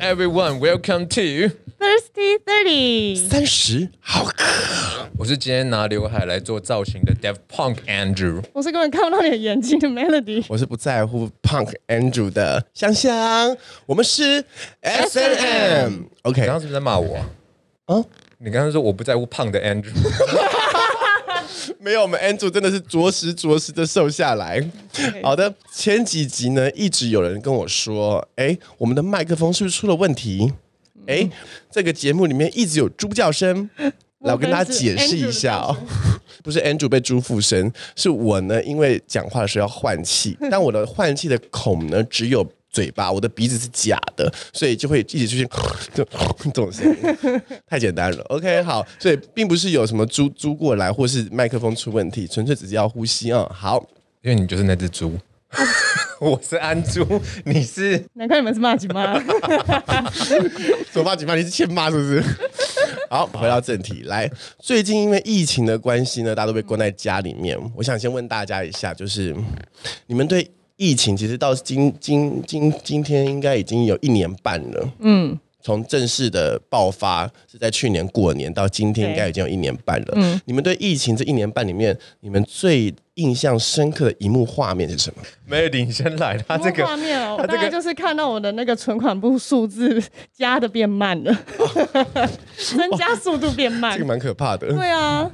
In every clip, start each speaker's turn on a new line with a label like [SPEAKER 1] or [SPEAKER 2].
[SPEAKER 1] everyone, welcome to
[SPEAKER 2] Thirsty Thirty，
[SPEAKER 3] 三十，好渴。
[SPEAKER 1] 我是今天拿刘海来做造型的 Dev Punk Andrew。
[SPEAKER 2] 我是根本看不到你的眼睛的 Melody。
[SPEAKER 3] 我是不在乎 Punk Andrew 的香香，我们是 S N M。
[SPEAKER 1] 你刚
[SPEAKER 3] OK，
[SPEAKER 1] 刚是不是在骂我？
[SPEAKER 3] 啊
[SPEAKER 1] 啊？你刚刚说我不在乎胖的 Andrew，
[SPEAKER 3] 没有，我们 Andrew 真的是着实着实的瘦下来。好的，前几集呢，一直有人跟我说，哎，我们的麦克风是不是出了问题？哎，这个节目里面一直有猪叫声。来，我跟大家解释一下哦， 不是 Andrew 被猪附身，是我呢，因为讲话的时候要换 气，但我的换气的孔呢只有嘴巴，我的鼻子是假的，所以就会一直出现 这种这种声音，太简单了。OK，好，所以并不是有什么猪猪过来，或是麦克风出问题，纯粹只是要呼吸啊、好，
[SPEAKER 1] 因为你就是那只猪。我是安猪，你是
[SPEAKER 2] 难怪你们是骂几骂。
[SPEAKER 3] 左发紧发，你是欠骂是不是？好，回到正题来。最近因为疫情的关系呢，大家都被关在家里面。我想先问大家一下，就是你们对疫情，其实到今今今今天应该已经有一年半了。嗯，从正式的爆发是在去年过年到今天，
[SPEAKER 2] 对
[SPEAKER 3] 应该已经有一年半了。你们对疫情这一年半里面，你们最印象深刻的一幕画面是什么？
[SPEAKER 1] 没有领先来， 他这
[SPEAKER 2] 这画
[SPEAKER 1] 个
[SPEAKER 2] 面哦，
[SPEAKER 1] 他
[SPEAKER 2] 我
[SPEAKER 1] 这
[SPEAKER 2] 大
[SPEAKER 1] 个
[SPEAKER 2] 概就是看到我的那个存款部数字加的变慢 了，增加速度变慢
[SPEAKER 3] 这个。蛮可怕的。
[SPEAKER 2] 对啊，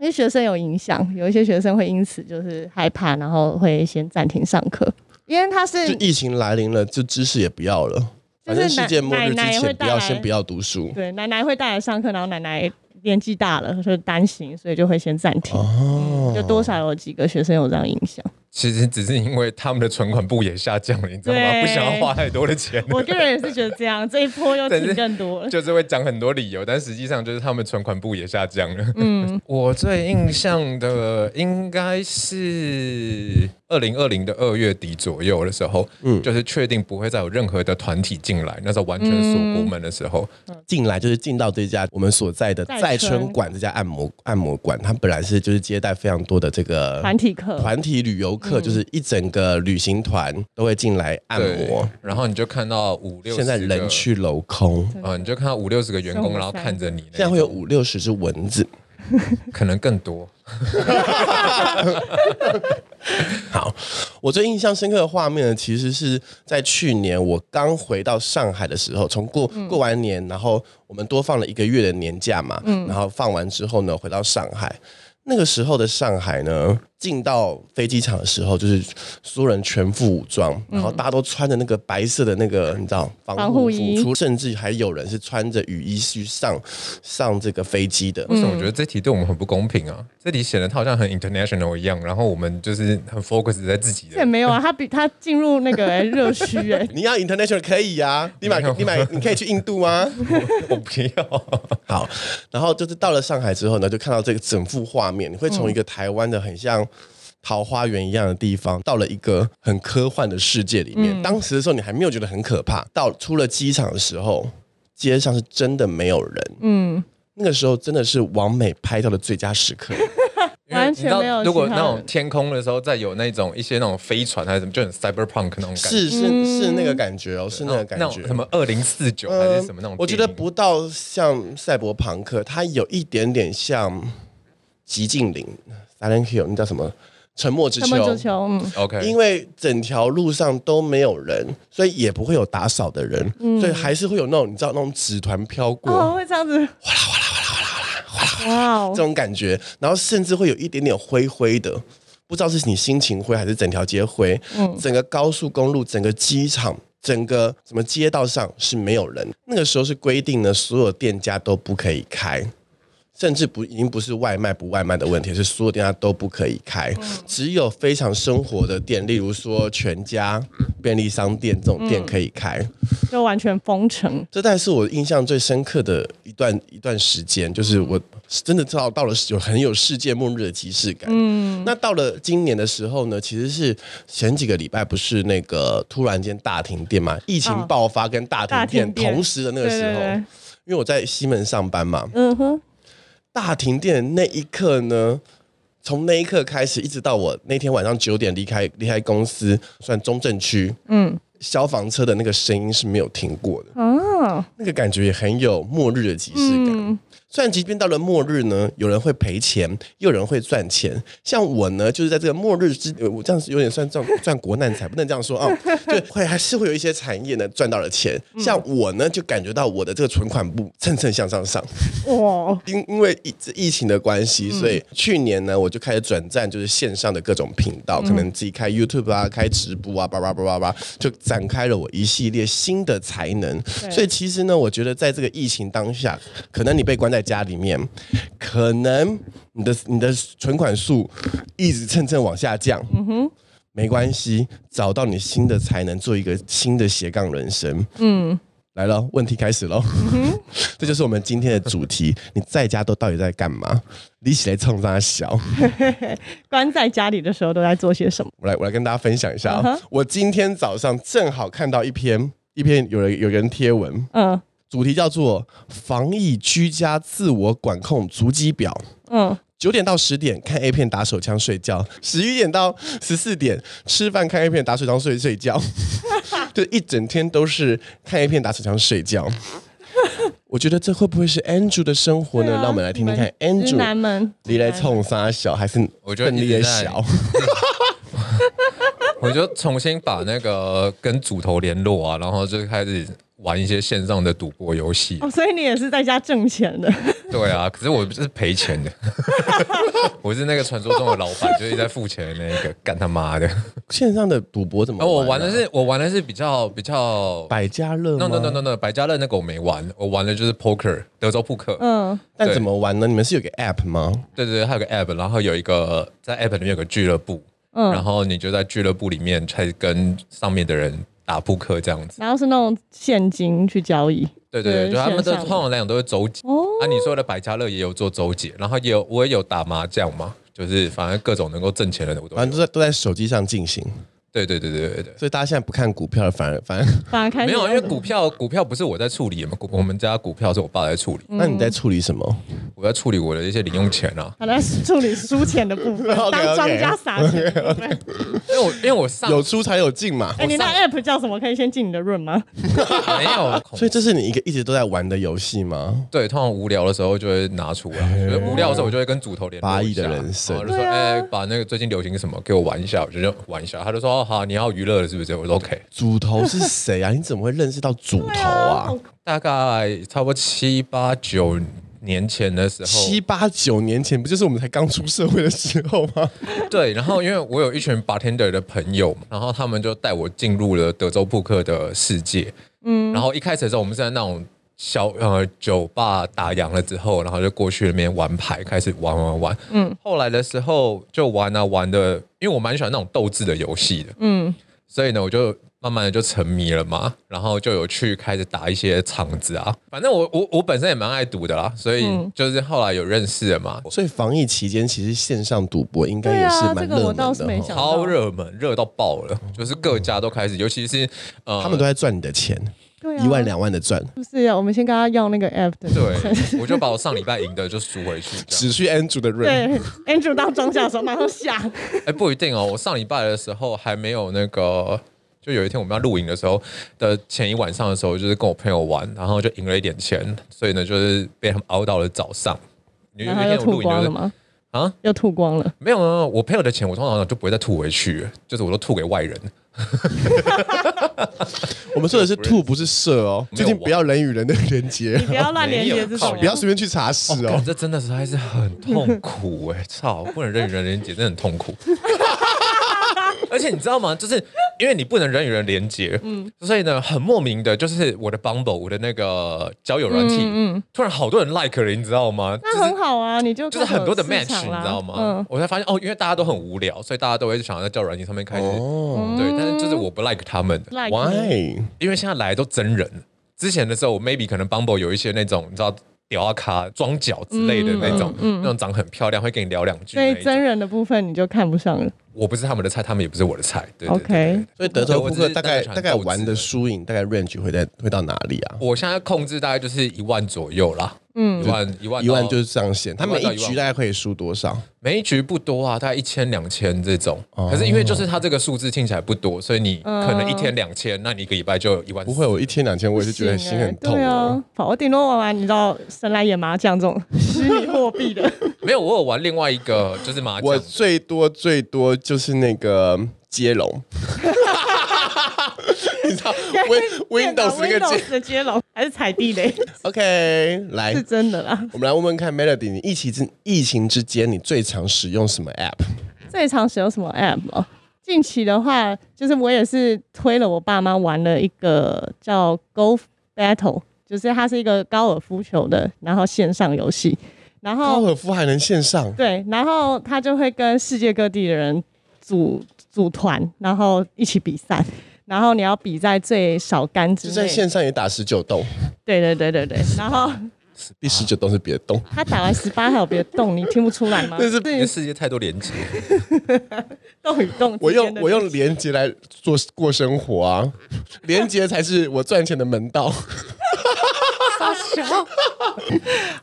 [SPEAKER 2] 因为学生有影响，有一些学生会因此就是害怕，然后会先暂停上课，因为他是
[SPEAKER 3] 就疫情来临了，就知识也不要了，
[SPEAKER 2] 就
[SPEAKER 3] 反
[SPEAKER 2] 是
[SPEAKER 3] 正世界末日之
[SPEAKER 2] 奶奶奶会
[SPEAKER 3] 前不
[SPEAKER 2] 带
[SPEAKER 3] 要
[SPEAKER 2] 来
[SPEAKER 3] 先不要读书。
[SPEAKER 2] 对奶奶会带来上课，然后奶奶年纪大了，所以担心，所以就会先暂停。
[SPEAKER 1] 哦
[SPEAKER 2] 就多少有几个学生有这样影响。
[SPEAKER 1] 其实只是因为他们的存款簿也下降了，你知道吗？
[SPEAKER 2] 对
[SPEAKER 1] 不想要花太多的钱，
[SPEAKER 2] 我个人也是觉得这样，这一波又停更多 了。
[SPEAKER 1] 就是会讲很多理由，但实际上就是他们存款部也下降了。嗯， 我最印象的应该是二零二零的二月底左右的时候，嗯，就是确定不会再有任何的团体进来，那时候完全锁国门的时候，
[SPEAKER 3] 进来就是进到这家我们所在的
[SPEAKER 2] 在
[SPEAKER 3] 在
[SPEAKER 2] 村
[SPEAKER 3] 春馆这家按摩按摩馆，它本来是就是接待非常多的这个
[SPEAKER 2] 团体课，嗯
[SPEAKER 3] 团体旅游客，就是一整个旅行团都会进来按
[SPEAKER 1] 对
[SPEAKER 3] 摩。，
[SPEAKER 1] 然后你就看到五六十
[SPEAKER 3] 现在
[SPEAKER 1] 个
[SPEAKER 3] 人去楼空，
[SPEAKER 1] 啊、你就看到五六十个员
[SPEAKER 2] 生
[SPEAKER 1] 工，
[SPEAKER 2] 活
[SPEAKER 1] 然后看着你那种，
[SPEAKER 3] 现在会有五六十只蚊子。
[SPEAKER 1] 可能更多。
[SPEAKER 3] 好，我最印象深刻的画面呢，其实是在去年我刚回到上海的时候，从过、过完年，然后我们多放了一个月的年假嘛，
[SPEAKER 2] 嗯
[SPEAKER 3] 然后放完之后呢，回到上海。那个时候的上海呢，进到飞机场的时候，就是所有人全副武装，然后大家都穿着那个白色的那个，你知道防
[SPEAKER 2] 嗯防
[SPEAKER 3] 护
[SPEAKER 2] 护
[SPEAKER 3] 服
[SPEAKER 2] 衣
[SPEAKER 3] 出，甚至还有人是穿着雨衣去上上这个飞机的。，
[SPEAKER 1] 为什么我觉得这题对我们很不公平啊？这题显得他好像很 international 一样，然后我们就是很 focus 在自己
[SPEAKER 2] 这也
[SPEAKER 1] 的。
[SPEAKER 2] 没有啊，他比他进入那个欸热区哎
[SPEAKER 3] 你要 international 可以呀、你买
[SPEAKER 1] 没有
[SPEAKER 3] 你买你可以去印度吗？
[SPEAKER 1] 我不要。
[SPEAKER 3] 好，然后就是到了上海之后呢，就看到这个整幅画面，你会从一个台湾的很像。桃花源一样的地方，到了一个很科幻的世界里面。当时的时候，你还没有觉得很可怕。到出了机场的时候，街上是真的没有人。嗯，那个时候真的是王美拍到的最佳时刻。
[SPEAKER 1] 嗯因为
[SPEAKER 2] 完
[SPEAKER 1] 你
[SPEAKER 2] 全
[SPEAKER 1] 知道
[SPEAKER 2] 没有
[SPEAKER 1] 如果
[SPEAKER 2] 其他
[SPEAKER 1] 那种
[SPEAKER 2] 人
[SPEAKER 1] 天空的时候，再有那种一些那种飞船还是什么，就很 cyberpunk 那种感觉，
[SPEAKER 3] 是是是那个感觉哦，是那个感
[SPEAKER 1] 那
[SPEAKER 3] 觉
[SPEAKER 1] 种。什么二零四九还是什么那种电影、
[SPEAKER 3] 呃我觉得不到像赛博朋克，它有一点点像寂静岭 （Silent Hill），那叫什么？沉默之
[SPEAKER 2] 他们就求嗯，
[SPEAKER 1] OK，
[SPEAKER 3] 因为整条路上都没有人，所以也不会有打扫的人，所以还是会有那种你知道那种纸团飘过、
[SPEAKER 2] 哦会这样子，哇
[SPEAKER 3] 这
[SPEAKER 2] 哦，
[SPEAKER 3] 种感觉，然后甚至会有一点点灰灰的，不知道是你心情灰还是整条街灰。整个高速公路、整个机场、整个什么街道上是没有人。那个时候是规定呢，所有店家都不可以开。甚至不已经不是外卖不外卖的问题，是所有店家都不可以开，只有非常生活的店，例如说全家、便利商店这种店可以开。
[SPEAKER 2] 就完全封城，
[SPEAKER 3] 这大概是我印象最深刻的一段一段时间，就是我真的知道到了有很有世界末日的即视感。嗯，那到了今年的时候呢，其实是前几个礼拜不是那个突然间大停电嘛，疫情
[SPEAKER 2] 哦
[SPEAKER 3] 爆发跟大停
[SPEAKER 2] 大
[SPEAKER 3] 电
[SPEAKER 2] 停电
[SPEAKER 3] 同时的那
[SPEAKER 2] 对
[SPEAKER 3] 个时
[SPEAKER 2] 对
[SPEAKER 3] 候，
[SPEAKER 2] 对，
[SPEAKER 3] 因为我在西门上班嘛，
[SPEAKER 2] 嗯哼，
[SPEAKER 3] 大停电的那一刻呢，从那一刻开始，一直到我那天晚上九点离开离开公司，算中正区，嗯，消防车的那个声音是没有停过的，
[SPEAKER 2] 哦，
[SPEAKER 3] 那个感觉也很有末日的即视感。虽然即便到了末日呢，有人会赔钱，又有人会赚钱。像我呢，就是在这个末日之，呃我这样子有点算赚赚国难财，不能这样说啊、就会还是会有一些产业呢赚到了钱。像我呢，就感觉到我的这个存款部蹭蹭向上上。
[SPEAKER 2] 哇，
[SPEAKER 3] 因因为疫疫情的关系，所以去年呢，我就开始转战就是线上的各种频道，可能自己开 YouTube 啊、开直播啊，叭叭叭叭叭，就展开了我一系列新的才能。所以其实呢，我觉得在这个疫情当下，可能你被关在家里面，可能你的你的存款数一直蹭蹭往下降。没关系，找到你新的才能，做一个新的斜杠人生。嗯，来了，问题开始喽。这就是我们今天的主题。你在家都到底在干嘛？你起来冲他笑。
[SPEAKER 2] 关在家里的时候都在做些什么？
[SPEAKER 3] 我来，我来跟大家分享一下啊、我今天早上正好看到一篇，一篇有人有人贴文，
[SPEAKER 2] 嗯
[SPEAKER 3] 主题叫做“防疫居家自我管控足迹表”。
[SPEAKER 2] 嗯，
[SPEAKER 3] 九点到十点看 A 片打手枪睡觉，十一点到十四点吃饭看 A 片打手枪睡 睡觉，就一整天都是看 A 片打手枪睡觉。我觉得这会不会是 Andrew 的生活呢？
[SPEAKER 2] 对啊
[SPEAKER 3] 让我们来听听看
[SPEAKER 2] 你们直
[SPEAKER 3] Andrew
[SPEAKER 2] 男们，
[SPEAKER 3] 你来冲啥小还是
[SPEAKER 1] 我觉得
[SPEAKER 3] 你
[SPEAKER 1] 一
[SPEAKER 3] 也
[SPEAKER 1] 直在
[SPEAKER 3] 小，
[SPEAKER 1] 我就重新把那个跟组头联络啊，然后就开始玩一些线上的赌博游戏。
[SPEAKER 2] 哦，所以你也是在家挣钱的，
[SPEAKER 1] 对啊，可是我就是赔钱的，我是那个传说中的老板，就是一直在付钱的那一个，干他妈的！
[SPEAKER 3] 线上的赌博怎么、
[SPEAKER 1] 然
[SPEAKER 3] 啊？
[SPEAKER 1] 后我玩的是我玩的是比较比较。
[SPEAKER 3] 百家乐
[SPEAKER 1] No
[SPEAKER 3] 吗
[SPEAKER 1] no no no no，百家乐那个我没玩，我玩的就是 poker 德州扑克。
[SPEAKER 2] 嗯，
[SPEAKER 3] 但怎么玩呢？你们是有个 app 吗？
[SPEAKER 1] 对对对，它有个 app，然后有一个在 app 里面有个俱乐部，
[SPEAKER 2] 嗯
[SPEAKER 1] 然后你就在俱乐部里面开始跟上面的人打扑克这样子。
[SPEAKER 2] 然后是那种现金去交易，
[SPEAKER 1] 对对对，
[SPEAKER 2] 对
[SPEAKER 1] 就他们都
[SPEAKER 2] 线上的
[SPEAKER 1] 通常来讲都会周解。
[SPEAKER 2] 哦，
[SPEAKER 1] 啊，你说的百家乐也有做周解，然后也有我也有打麻将嘛，就是反正各种能够挣钱的我都有
[SPEAKER 3] 反正都在都在手机上进行，
[SPEAKER 1] 对对对对对对。
[SPEAKER 3] 所以大家现在不看股票了，反而反而。
[SPEAKER 2] 反而开
[SPEAKER 1] 没
[SPEAKER 2] 始
[SPEAKER 1] 有，因为股票股票不是我在处理嘛，股我们家股票是我爸在处理，
[SPEAKER 2] 嗯
[SPEAKER 3] 那你在处理什么？
[SPEAKER 1] 我在处理我的一些零用钱啊。
[SPEAKER 2] 他在处理输钱的部分，
[SPEAKER 3] OK，OK
[SPEAKER 2] 当庄家撒钱的部分。
[SPEAKER 1] 因为我因为我上
[SPEAKER 3] 有出才有进嘛。
[SPEAKER 2] 哎，你那 app 叫什么？可以先进你的润吗？
[SPEAKER 1] 没有，
[SPEAKER 3] 所以这是你一个一直都在玩的游戏吗？
[SPEAKER 1] 对，通常无聊的时候就会拿出来，就是无聊的时候我就会跟主头联络
[SPEAKER 3] 八
[SPEAKER 1] 一
[SPEAKER 3] 亿的
[SPEAKER 1] 下
[SPEAKER 3] 人生
[SPEAKER 1] 然后就说哎、把那个最近流行什么给我玩一下，我就就玩一下。他就说哦好，你要娱乐了是不是？我说 OK，
[SPEAKER 3] 主头是谁啊？你怎么会认识到主头啊？
[SPEAKER 1] 大概差不多七八九年前的时候，
[SPEAKER 3] 七八九年前不就是我们才刚出社会的时候吗？
[SPEAKER 1] 对，然后因为我有一群 bartender 的朋友嘛，然后他们就带我进入了德州扑克的世界。嗯，然后一开始的时候，我们是在那种小呃酒吧打烊了之后，然后就过去那边玩牌，开始玩玩玩。嗯，后来的时候就玩啊玩的，因为我蛮喜欢那种斗智的游戏的。
[SPEAKER 2] 嗯，
[SPEAKER 1] 所以呢，我就慢慢的就沉迷了嘛，然后就有去开始打一些场子啊。反正我我我本身也蛮爱赌的啦，所以就是后来有认识了嘛，
[SPEAKER 3] 所以防疫期间，其实线上赌博应该
[SPEAKER 2] 对
[SPEAKER 3] 也是
[SPEAKER 2] 啊，
[SPEAKER 3] 蛮
[SPEAKER 2] 这个
[SPEAKER 3] 热
[SPEAKER 2] 我
[SPEAKER 3] 门的
[SPEAKER 2] 倒是没
[SPEAKER 3] 哦。
[SPEAKER 2] 想到
[SPEAKER 1] 超。热门，热到爆了，就是各家都开始，尤其是呃，
[SPEAKER 3] 嗯他们都在赚你的钱，
[SPEAKER 2] 对啊，
[SPEAKER 3] 一万两万的赚，
[SPEAKER 2] 是不是要？我们先跟他要那个 app 的。
[SPEAKER 1] 对，我就把我上礼拜赢的就输回去。这样
[SPEAKER 3] 只去 Andrew 的润。
[SPEAKER 2] 对，Andrew 当庄家的时候马上下，
[SPEAKER 1] 哎、不一定哦，我上礼拜的时候还没有那个。就有一天我们要露营的时候的前一晚上的时候，就是跟我朋友玩，然后就赢了一点钱，所以呢就是被他们熬到了早上。你就
[SPEAKER 2] 然
[SPEAKER 1] 那
[SPEAKER 2] 后
[SPEAKER 1] 天
[SPEAKER 2] 又
[SPEAKER 1] 我
[SPEAKER 2] 吐
[SPEAKER 1] 露营
[SPEAKER 2] 光
[SPEAKER 1] 就是
[SPEAKER 2] 了吗？
[SPEAKER 1] 啊，
[SPEAKER 2] 又吐光了。
[SPEAKER 1] 没有没有，我朋友的钱我通常就不会再吐回去，就是我都吐给外人。
[SPEAKER 3] 我们说的是吐，不是射哦。
[SPEAKER 1] 没有
[SPEAKER 3] 最近不要人与人的连接
[SPEAKER 2] 你，不要乱连接
[SPEAKER 1] 没有
[SPEAKER 2] 这种
[SPEAKER 1] 靠
[SPEAKER 2] 啊，
[SPEAKER 3] 不要随便去查室
[SPEAKER 1] 干
[SPEAKER 3] 哦。
[SPEAKER 1] 这真的是还是很痛苦哎、操，不能人与人连接，真的很痛苦。 而且你知道吗？就是因为你不能人与人连接，嗯，所以呢，很莫名的，就是我的 Bumble，我的那个交友软体，突然好多人 like 了，你知道吗？
[SPEAKER 2] 嗯那很好啊，你就
[SPEAKER 1] 就是很多的
[SPEAKER 2] 开
[SPEAKER 1] match，
[SPEAKER 2] 始
[SPEAKER 1] 你
[SPEAKER 2] 有市
[SPEAKER 1] 知
[SPEAKER 2] 场啦
[SPEAKER 1] 道吗？
[SPEAKER 2] 嗯，
[SPEAKER 1] 我才发现哦，因为大家都很无聊，所以大家都会想要在交友软体上面开始，
[SPEAKER 3] 哦
[SPEAKER 1] 对。但是就是我不 like 他们，
[SPEAKER 2] 赖皮
[SPEAKER 3] ，Why？
[SPEAKER 1] 因为现在来都真人，之前的时候我 maybe 可能 Bumble 有一些那种你知道屌啊卡装脚之类的那种，
[SPEAKER 2] 嗯
[SPEAKER 1] 那种长很漂亮会跟你聊两句
[SPEAKER 2] 所
[SPEAKER 1] 那
[SPEAKER 2] 以
[SPEAKER 1] 一种。
[SPEAKER 2] 真人的部分你就看不上了。
[SPEAKER 1] 我不是他们的菜，他们也不是我的菜。对对对
[SPEAKER 2] OK，
[SPEAKER 1] 对
[SPEAKER 3] 所以德州扑克大概
[SPEAKER 1] 我只是
[SPEAKER 3] 大概玩的输赢大概 range 会在会到哪里啊？
[SPEAKER 1] 我现在控制大概就是一万左右啦。嗯，一万一万
[SPEAKER 3] 一万
[SPEAKER 1] 到
[SPEAKER 3] 就是上限。他
[SPEAKER 1] 一万
[SPEAKER 3] 每
[SPEAKER 1] 到
[SPEAKER 3] 一
[SPEAKER 1] 一万
[SPEAKER 3] 局大概可以输多少？
[SPEAKER 1] 每一局不多啊，大概一千两千这种。
[SPEAKER 3] 哦
[SPEAKER 1] 可是因为就是它这个数字听起来不多，所以你可能一天两千，那你一个礼拜就一万四。
[SPEAKER 3] 不会，我一天两千，我也是觉得心很痛
[SPEAKER 2] 对
[SPEAKER 3] 的。
[SPEAKER 2] 啊，好，我顶多玩玩，你知道神来也麻将这种虚拟货币 的，
[SPEAKER 1] 没有，我有玩另外一个就是麻
[SPEAKER 3] 我
[SPEAKER 1] 将，
[SPEAKER 3] 最多最多就是那个接龙。 你知道 Win Windows 那个接
[SPEAKER 2] 啊 Windows 的接龙还是踩地 雷，
[SPEAKER 3] OK，来
[SPEAKER 2] 是，真的啦。
[SPEAKER 3] 我们来问问看 Melody，你疫情之疫情之间，你最常使用什么 App？
[SPEAKER 2] 最常使用什么 app？哦近期的话，就是我也是推了我爸妈玩了一个叫 Golf Battle，就是它是一个高尔夫球的，然后线上游戏，然
[SPEAKER 3] 高
[SPEAKER 2] 后
[SPEAKER 3] 尔夫还能线上？
[SPEAKER 2] 哦对，然后他就会跟世界各地的人组组团，然后一起比赛。然后你要比在最少杆之
[SPEAKER 3] 就
[SPEAKER 2] 内，
[SPEAKER 3] 在线上也打十九洞，
[SPEAKER 2] 对对对对对。然后
[SPEAKER 3] 第十九洞是别的洞。
[SPEAKER 2] 他打完十八还有别的洞，你听不出来吗？
[SPEAKER 3] 但是
[SPEAKER 1] 因为世界太多连接，
[SPEAKER 2] 洞与洞之
[SPEAKER 3] 我用
[SPEAKER 2] 间的
[SPEAKER 3] 我用连接来做过生活啊，连接才是我赚钱的门道。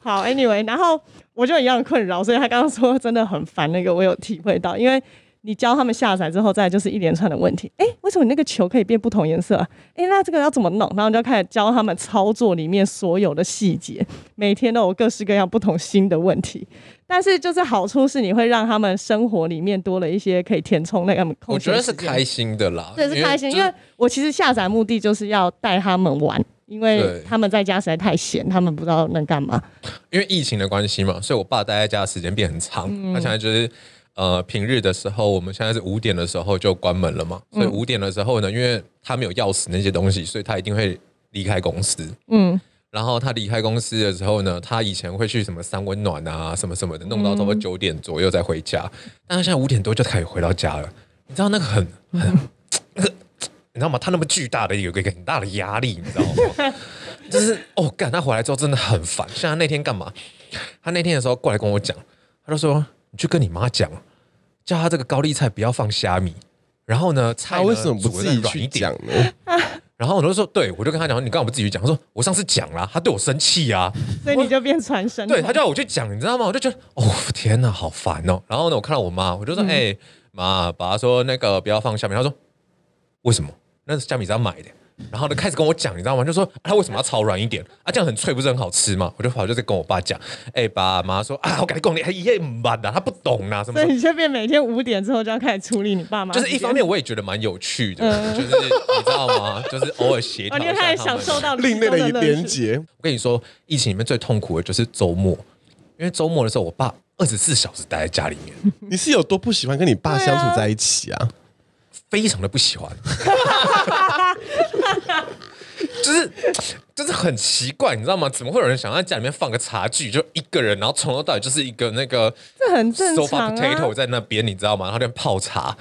[SPEAKER 2] 好，anyway，然后我就一样困扰，所以他刚刚说真的很烦，那个我有体会到，因为你教他们下载之后，再来就是一连串的问题，哎，为什么你那个球可以变不同颜色、啊？哎，那这个要怎么弄？然后你就开始教他们操作里面所有的细节，每天都有各式各样不同新的问题。但是就是好处是，你会让他们生活里面多了一些可以填充那个他们空
[SPEAKER 1] 我觉
[SPEAKER 2] 闲
[SPEAKER 1] 得
[SPEAKER 2] 时
[SPEAKER 1] 是
[SPEAKER 2] 间。
[SPEAKER 1] 开心的啦。
[SPEAKER 2] 对，是开心，
[SPEAKER 1] 就
[SPEAKER 2] 因为我其实下载目的就是要带他们玩，因为
[SPEAKER 1] 对
[SPEAKER 2] 他们在家实在太闲，他们不知道能干嘛。
[SPEAKER 1] 因为疫情的关系嘛，所以我爸待在家的时间变很长。他现在就是呃平日的时候，我们现在是五点的时候就关门了嘛，所以五点的时候呢，因为他没有钥匙那些东西，所以他一定会离开公司。
[SPEAKER 2] 嗯，
[SPEAKER 1] 然后他离开公司的时候呢，他以前会去什么三温暖啊，什么什么的，弄到差不多九点左右再回家。但他现在五点多就开始回到家了，你知道那个很很那个，你知道吗？他那么巨大的有一个很大的压力，你知道吗？就是哦，干他回来之后真的很烦。像他那天干嘛？他那天的时候过来跟我讲，他就说：“你去跟你妈讲，叫他这个高丽菜不要放虾米。”然后呢，菜
[SPEAKER 3] 他
[SPEAKER 1] 呢
[SPEAKER 3] 为什么不
[SPEAKER 1] 煮得
[SPEAKER 3] 自
[SPEAKER 1] 再
[SPEAKER 3] 己
[SPEAKER 1] 软一
[SPEAKER 3] 去
[SPEAKER 1] 点
[SPEAKER 3] 讲呢？
[SPEAKER 1] 然后我就说，对，我就跟他讲，你干嘛不自己去讲？他说我上次讲啦，他对我生气啊，
[SPEAKER 2] 所以你就变传声筒。
[SPEAKER 1] 对他叫我去讲，你知道吗？我就觉得哦天哪，好烦哦。然后呢，我看到我妈，我就
[SPEAKER 2] 嗯
[SPEAKER 1] 说，哎、妈，爸说那个不要放虾米，他说为什么？那是虾米是要买的。然后呢，开始跟我讲，你知道吗？就说、啊、他为什么要炒软一点啊？这样很脆，不是很好吃吗？我就跑就在跟我爸讲，哎、爸妈说啊，我跟你讲，你还也唔办的，他不懂啊啦、什么
[SPEAKER 2] 所
[SPEAKER 1] 什么
[SPEAKER 2] 以。你就变每天五点之后就要开始处理你爸妈。嗯
[SPEAKER 1] 就是一方面我也觉得蛮有趣的，就是你知道吗？就是偶尔协调
[SPEAKER 2] 哦，
[SPEAKER 1] 一
[SPEAKER 2] 你
[SPEAKER 1] 下
[SPEAKER 2] 也
[SPEAKER 1] 他
[SPEAKER 2] 开
[SPEAKER 1] 们。
[SPEAKER 2] 始享受到
[SPEAKER 3] 另类
[SPEAKER 2] 其
[SPEAKER 3] 的
[SPEAKER 2] 中
[SPEAKER 3] 一
[SPEAKER 2] 乐
[SPEAKER 3] 连
[SPEAKER 2] 趣。
[SPEAKER 3] 接，
[SPEAKER 1] 我跟你说，疫情里面最痛苦的就是周末，因为周末的时候，我爸二十四小时待在家里面，
[SPEAKER 3] 你是有多不喜欢跟你爸
[SPEAKER 2] 对啊
[SPEAKER 3] 相处在一起啊？
[SPEAKER 1] 非常的不喜欢， 就是就是很奇怪，你知道吗？怎么会有人想在家里面放个茶具，就一个人，然后从头到尾就是一个那个
[SPEAKER 2] 这很正
[SPEAKER 1] sofa
[SPEAKER 2] 常
[SPEAKER 1] potato
[SPEAKER 2] 啊。
[SPEAKER 1] 在那边，你知道吗？然后在那边泡茶。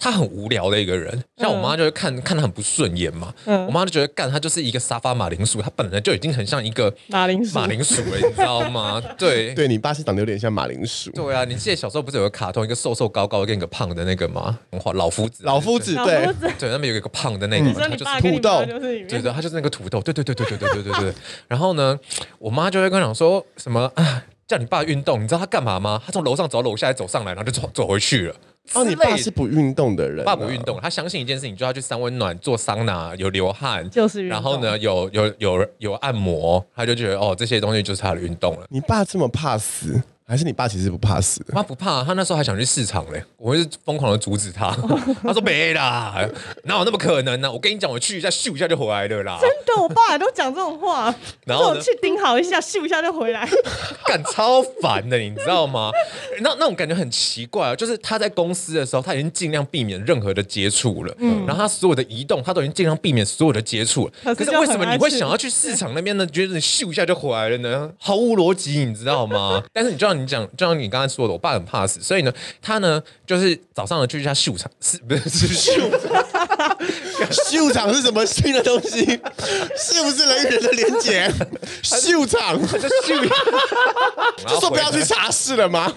[SPEAKER 1] 他很无聊的一个人，像我妈就会看、看他很不顺眼嘛，
[SPEAKER 2] 嗯
[SPEAKER 1] 我妈就觉得干他就是一个沙发马铃薯，他本来就已经很像一个
[SPEAKER 2] 马铃薯
[SPEAKER 1] 马铃薯了，你知道吗？对啊
[SPEAKER 3] 对你爸是长得有点像马铃薯，
[SPEAKER 1] 对啊，你记得小时候不是有个卡通，一个瘦瘦高高跟一个胖的那个吗？哇，老夫子，
[SPEAKER 3] 老夫子嗯
[SPEAKER 2] 老
[SPEAKER 3] 对
[SPEAKER 2] 夫，子，
[SPEAKER 1] 对，那边有一个胖的那个嘛，
[SPEAKER 2] 你说
[SPEAKER 1] 他
[SPEAKER 2] 你
[SPEAKER 1] 就
[SPEAKER 2] 爸
[SPEAKER 1] 是
[SPEAKER 2] 跟
[SPEAKER 1] 土
[SPEAKER 2] 你
[SPEAKER 3] 豆
[SPEAKER 2] 妈就是里面
[SPEAKER 1] 对对，他就是那个土豆，对对对对对对对对对对。然后呢，我妈就会跟我讲说什么啊，叫你爸运动，你知道他干嘛吗？他从楼上走到楼下，再走上来，然后就走走回去了。
[SPEAKER 3] 哦，你爸是
[SPEAKER 1] 之类的
[SPEAKER 3] 不运动的人、啊
[SPEAKER 1] 爸不运。动，他相信一件事情，就要去三温暖、做桑拿，有流汗，
[SPEAKER 2] 就是运动
[SPEAKER 1] 然后呢，有有有有按摩，他就觉得哦，这些东西就是他的运动了。
[SPEAKER 3] 你爸这么怕死，还是你爸其实不怕死？
[SPEAKER 1] 他不怕，啊他那时候还想去市场嘞，我是疯狂的阻止他。 他说没啦，哪有那么可能呢、啊我跟你讲，我去一下咻一下就回来了啦，
[SPEAKER 2] 真的，我爸也都讲这种话。
[SPEAKER 1] 然后呢
[SPEAKER 2] 就是我去顶好一下，咻一下就回来。
[SPEAKER 1] 干超烦的，你知道吗？那那种感觉很奇怪啊，就是他在公司的时候，他已经尽量避免任何的接触了，然后他所有的移动，他都已经尽量避免所有的接触了。
[SPEAKER 2] 嗯
[SPEAKER 1] 可
[SPEAKER 2] 可是
[SPEAKER 1] 是
[SPEAKER 2] 就很
[SPEAKER 1] 为什么
[SPEAKER 2] 爱
[SPEAKER 1] 你会
[SPEAKER 2] 去
[SPEAKER 1] 想要去市场那边呢？觉得你咻一下就回来了呢？毫无逻辑，你知道 吗？但是你就像你讲，就像你刚才说的，我爸很怕死，所以呢，他呢就是早上呢去一下秀场，是不是是 秀？
[SPEAKER 3] 秀场是什么新的东西？是不是人与人的连结？秀场
[SPEAKER 1] 就秀一下，
[SPEAKER 3] 就说不要去茶室了吗？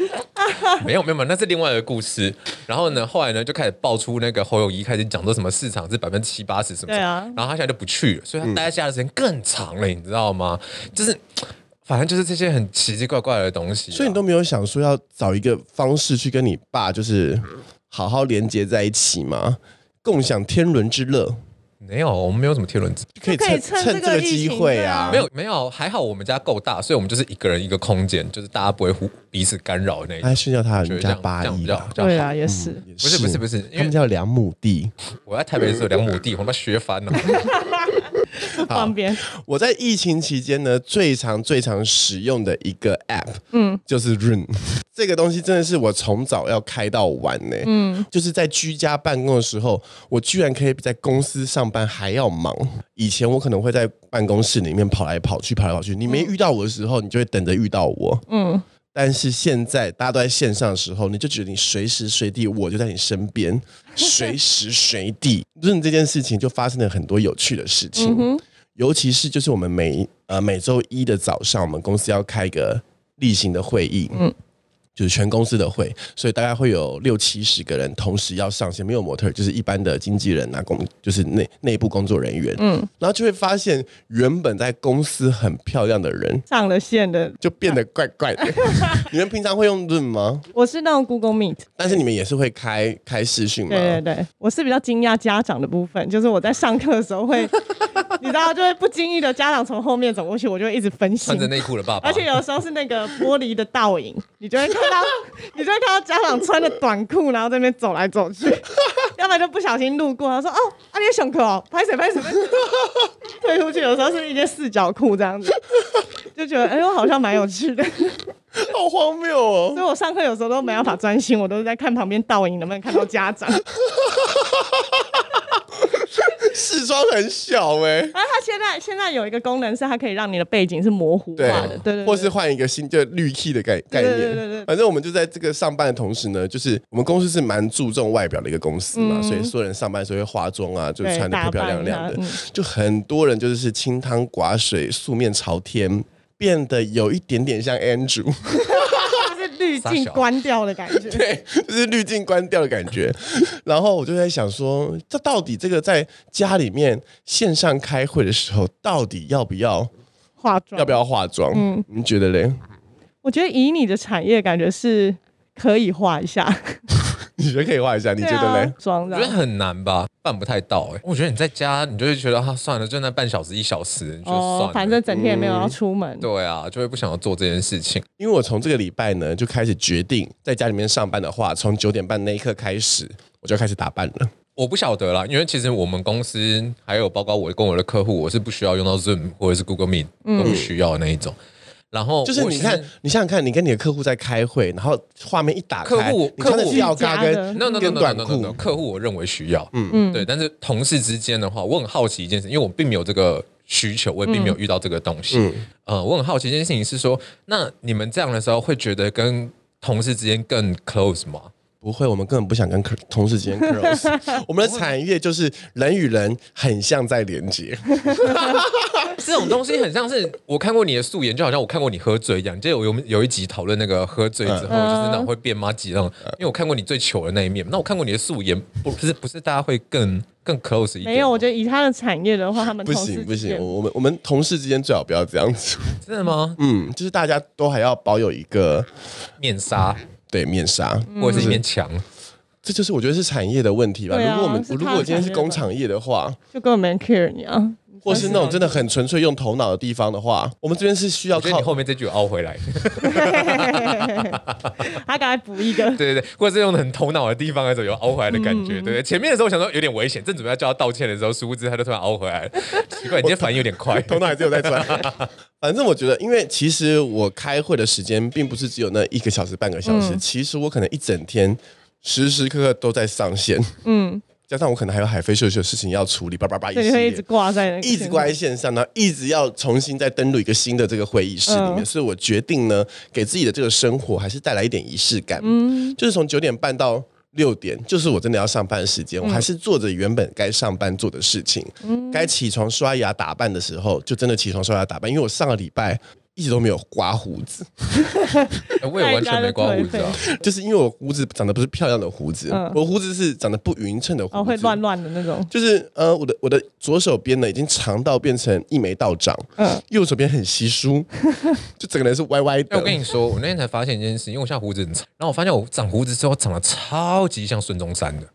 [SPEAKER 1] 没有没有没有，那是另外一个故事。然后呢，后来呢就开始爆出那个侯友谊开始讲说什么市场是百分之七八十什么什么，
[SPEAKER 2] 对啊
[SPEAKER 1] 然后他现在就不去了，所以他待在家的时间更长了，你知道吗？就是。反正就是这些很奇奇怪怪的东西啊、
[SPEAKER 3] 所以你都没有想说要找一个方式去跟你爸就是好好连接在一起吗？共享天伦之乐，
[SPEAKER 1] 没有，我们没有什么天伦之
[SPEAKER 3] 可以
[SPEAKER 2] 可以
[SPEAKER 3] 趁
[SPEAKER 2] 趁
[SPEAKER 3] 趁
[SPEAKER 2] 这
[SPEAKER 3] 这
[SPEAKER 2] 个
[SPEAKER 3] 个
[SPEAKER 2] 疫
[SPEAKER 3] 机
[SPEAKER 2] 情
[SPEAKER 3] 会
[SPEAKER 2] 对啊
[SPEAKER 3] 啊，
[SPEAKER 1] 没有没有，还好我们家够大，所以我们就是一个人一个空间，就是大家不会互彼此干扰那一
[SPEAKER 3] 哎，
[SPEAKER 1] 种。
[SPEAKER 3] 炫耀他
[SPEAKER 1] 就是这
[SPEAKER 3] 人家
[SPEAKER 1] 样，
[SPEAKER 3] 八
[SPEAKER 1] 这样比
[SPEAKER 3] 一
[SPEAKER 1] 较
[SPEAKER 3] 吧，
[SPEAKER 1] 这
[SPEAKER 2] 对
[SPEAKER 1] 样好。
[SPEAKER 2] 啊，也是。
[SPEAKER 3] 也
[SPEAKER 1] 不是不是不是，因
[SPEAKER 3] 他们
[SPEAKER 1] 为
[SPEAKER 3] 叫两亩地。
[SPEAKER 1] 我在台北是有两亩地，我他妈学翻了。
[SPEAKER 2] 不方便。
[SPEAKER 3] 我在疫情期间呢，最常最常使用的一个 app，嗯，就是 Room。这 个东西真的是我从早要开到晚呢、嗯，就是在居家办公的时候，我居然可以比在公司上班还要忙。以前我可能会在办公室里面跑来跑去，跑来跑去，你没遇到我的时候，你就会等着遇到我，嗯。但是现在大家都在线上的时候，你就觉得你随时随地我就在你身边，随时随 地，润这件事情就发生了很多有趣的事情。尤其是就是我们每呃每周一的早上，我们公司要开一个例行的会议，嗯，就是全公司的会，所以大概会有六七十个人同时要上线，没有模特儿，就是一般的经纪人啊，工就是内内部工作人员，嗯，然后就会发现原本在公司很漂亮的人。
[SPEAKER 2] 上了线的，
[SPEAKER 3] 就变得怪怪 的。你们平常会用 Zoom 吗？
[SPEAKER 2] 我是那种 Google Meet。
[SPEAKER 3] 但是你们也是会开开视讯
[SPEAKER 1] 嗯
[SPEAKER 3] 吗？
[SPEAKER 2] 对对对，我是比较惊讶家长的部分，就是我在上课的时候 会，你知道，就会不经意的家长从后面走过去，我就会一直分心
[SPEAKER 1] 穿。着内裤的爸爸，
[SPEAKER 2] 而且有时候是那个玻璃的倒影，你就会看到， 你就会看到家长穿着短裤，然后在那边走来走去，要不然就不小心路过，他说：“哦，啊，你的胸口哦，拍谁拍谁。”拍谁退出去有时候是一件四角裤这样子，就觉得哎呦好像蛮有趣的。
[SPEAKER 3] 好荒谬哦！
[SPEAKER 2] 所以我上课有时候都没办法专心，我都是在看旁边倒影能不能看到家长。
[SPEAKER 3] 视窗很小哎、
[SPEAKER 2] 而它现在现在有一个功能是它可以让你的背景是模糊化
[SPEAKER 3] 对
[SPEAKER 2] 的，对对对，
[SPEAKER 3] 或是换一个新就绿 key 的概概念。
[SPEAKER 2] 对对对对
[SPEAKER 3] 反正我们就在这个上班的同时呢，就是我们公司是蛮注重外表的一个公司嘛，所以所有人上班的时候会化妆啊，
[SPEAKER 2] 嗯
[SPEAKER 3] 就
[SPEAKER 2] 对
[SPEAKER 3] 穿的漂漂亮亮的，
[SPEAKER 2] 打扮啊
[SPEAKER 3] 就很多人就是清汤寡水、素面朝天，变得有一点点像 Andrew。
[SPEAKER 2] 它是滤镜关掉的感 觉。
[SPEAKER 3] 对，就是滤镜关掉的感觉。然后我就在想说，这到底这个在家里面线上开会的时候，到底要不要
[SPEAKER 2] 化妆
[SPEAKER 3] 要不
[SPEAKER 2] 要？
[SPEAKER 3] 要化妆？嗯，你觉得嘞？
[SPEAKER 2] 我觉得以你的产业，感觉是可以化一下。
[SPEAKER 3] 你觉得可以画一下？你
[SPEAKER 2] 你
[SPEAKER 3] 觉得嘞？
[SPEAKER 2] 妆
[SPEAKER 1] 啊我
[SPEAKER 2] 的
[SPEAKER 1] 觉得很难吧，办不太到哎、我觉得你在家，你就会觉得啊，算了，就那半小时一小时，你就算了。
[SPEAKER 2] 哦，反正整天也没
[SPEAKER 3] 嗯
[SPEAKER 2] 有要出门。
[SPEAKER 1] 对啊，就会不想要做这件事情。
[SPEAKER 3] 因为我从这个礼拜呢就开始决定，在家里面上班的话，从九点半那一刻开始，我就开始打扮了。
[SPEAKER 1] 我不晓得啦，因为其实我们公司还有包括我跟我的客户，我是不需要用到 Zoom 或者是 Google Meet 都
[SPEAKER 2] 嗯
[SPEAKER 1] 不需要的那一种。然
[SPEAKER 2] 哦
[SPEAKER 1] 后
[SPEAKER 3] 就是
[SPEAKER 1] 我
[SPEAKER 3] 你看，你想想看，你跟你的客户在开会，然后画面一打
[SPEAKER 1] 客
[SPEAKER 3] 开，
[SPEAKER 1] 户
[SPEAKER 3] 你穿的
[SPEAKER 1] 客户
[SPEAKER 3] 吊嘎跟
[SPEAKER 2] 居家的
[SPEAKER 1] ，no no no
[SPEAKER 3] 跟
[SPEAKER 1] no
[SPEAKER 3] 短
[SPEAKER 1] no no
[SPEAKER 3] 裤
[SPEAKER 1] no，客户我认为需要，嗯嗯，对。但是同事之间的话，我很好奇一件事，因为我并没有这个需求，我也
[SPEAKER 2] 嗯
[SPEAKER 1] 并没有遇到这个东西。
[SPEAKER 3] 嗯
[SPEAKER 1] 呃，我很好奇一件事情是说，那你们这样的时候会觉得跟同事之间更 close 吗？
[SPEAKER 3] 不会，我们根本不想跟客同事之 间 close。我们的产业就是人与人很像在连 接，
[SPEAKER 1] 这种东西很像是我看过你的素颜，就好像我看过你喝醉一样。记得我有有一集讨论那个喝醉之后，
[SPEAKER 2] 嗯
[SPEAKER 1] 就是那种会变妈吉那种，
[SPEAKER 3] 嗯
[SPEAKER 1] 因为我看过你最糗的那一面，那我看过你的素颜，不不是不是大家会更更 close 一点吗？
[SPEAKER 2] 没有，我觉得以他的产业的话，他们
[SPEAKER 3] 不
[SPEAKER 2] 同事
[SPEAKER 3] 行不行，
[SPEAKER 2] 之间
[SPEAKER 3] 我我们我们同事之间最好不要这样子。
[SPEAKER 1] 真的吗？
[SPEAKER 3] 嗯，就是大家都还要保有一个
[SPEAKER 1] 面纱
[SPEAKER 3] 对面纱，
[SPEAKER 2] 嗯
[SPEAKER 1] 或者是一面墙。
[SPEAKER 3] 这就是我觉得是产业的问题吧。
[SPEAKER 2] 对啊
[SPEAKER 3] 如果我们
[SPEAKER 2] 是他的
[SPEAKER 3] 如果我今天是工厂业的话，
[SPEAKER 2] 就根本没人 care 你啊。
[SPEAKER 3] 或是那种真的很纯粹用头脑的地方的话，我们这边是需要
[SPEAKER 1] 我觉得你后
[SPEAKER 3] 靠。
[SPEAKER 1] 面这句有凹回来，
[SPEAKER 2] 他赶快补一个，
[SPEAKER 1] 对对对，或者是用很头脑的地方那种有凹回来的感觉，对对。前面的时候我想说有点危险，正准备要叫他道歉的时候，殊不知他就突然凹回来了，奇怪，你今天反应有点 快。
[SPEAKER 3] 头脑还是有在转， 反正我觉得，因为其实我开会的时间并不是只有那一个小时、半个小
[SPEAKER 1] 嗯
[SPEAKER 3] 时，其实我可能一整天时时刻刻都在上线，嗯， 加上我可能还有海飞秀秀的事情要处理，叭叭叭一
[SPEAKER 2] 所以
[SPEAKER 3] 系
[SPEAKER 2] 你会一
[SPEAKER 3] 列
[SPEAKER 2] 直，挂在那个，
[SPEAKER 3] 一直挂在。线上，然后一直要重新再登录一个新的这个会议室里面，
[SPEAKER 2] 嗯
[SPEAKER 3] 所以我决定呢，给自己的这个生活还是带来一点仪式感。
[SPEAKER 2] 嗯
[SPEAKER 3] 就是从九点半到六点，就是我真的要上班的时
[SPEAKER 2] 嗯
[SPEAKER 3] 间，我还是做着原本该上班做的事情，该起床刷牙打扮的时候，就真的起床刷牙打扮，因为我上个礼拜。一直都没有刮胡子，
[SPEAKER 1] 哎我也完全没刮胡子啊
[SPEAKER 2] 那，
[SPEAKER 3] 就是因为我胡子长得不是漂亮的胡子，
[SPEAKER 2] 嗯
[SPEAKER 3] 我胡子是长得不匀称的胡子，
[SPEAKER 2] 哦，会乱乱的那种，
[SPEAKER 3] 就是呃，我的我的左手边呢已经长到变成一眉道长，
[SPEAKER 2] 嗯
[SPEAKER 3] 右手边很稀 疏，就整个人是歪歪
[SPEAKER 1] 哎，
[SPEAKER 3] 的。
[SPEAKER 1] 我跟你说，我那天才发现一件事，因为我现在胡子很长，然后我发现我长胡子之后长得超级像孙中山的。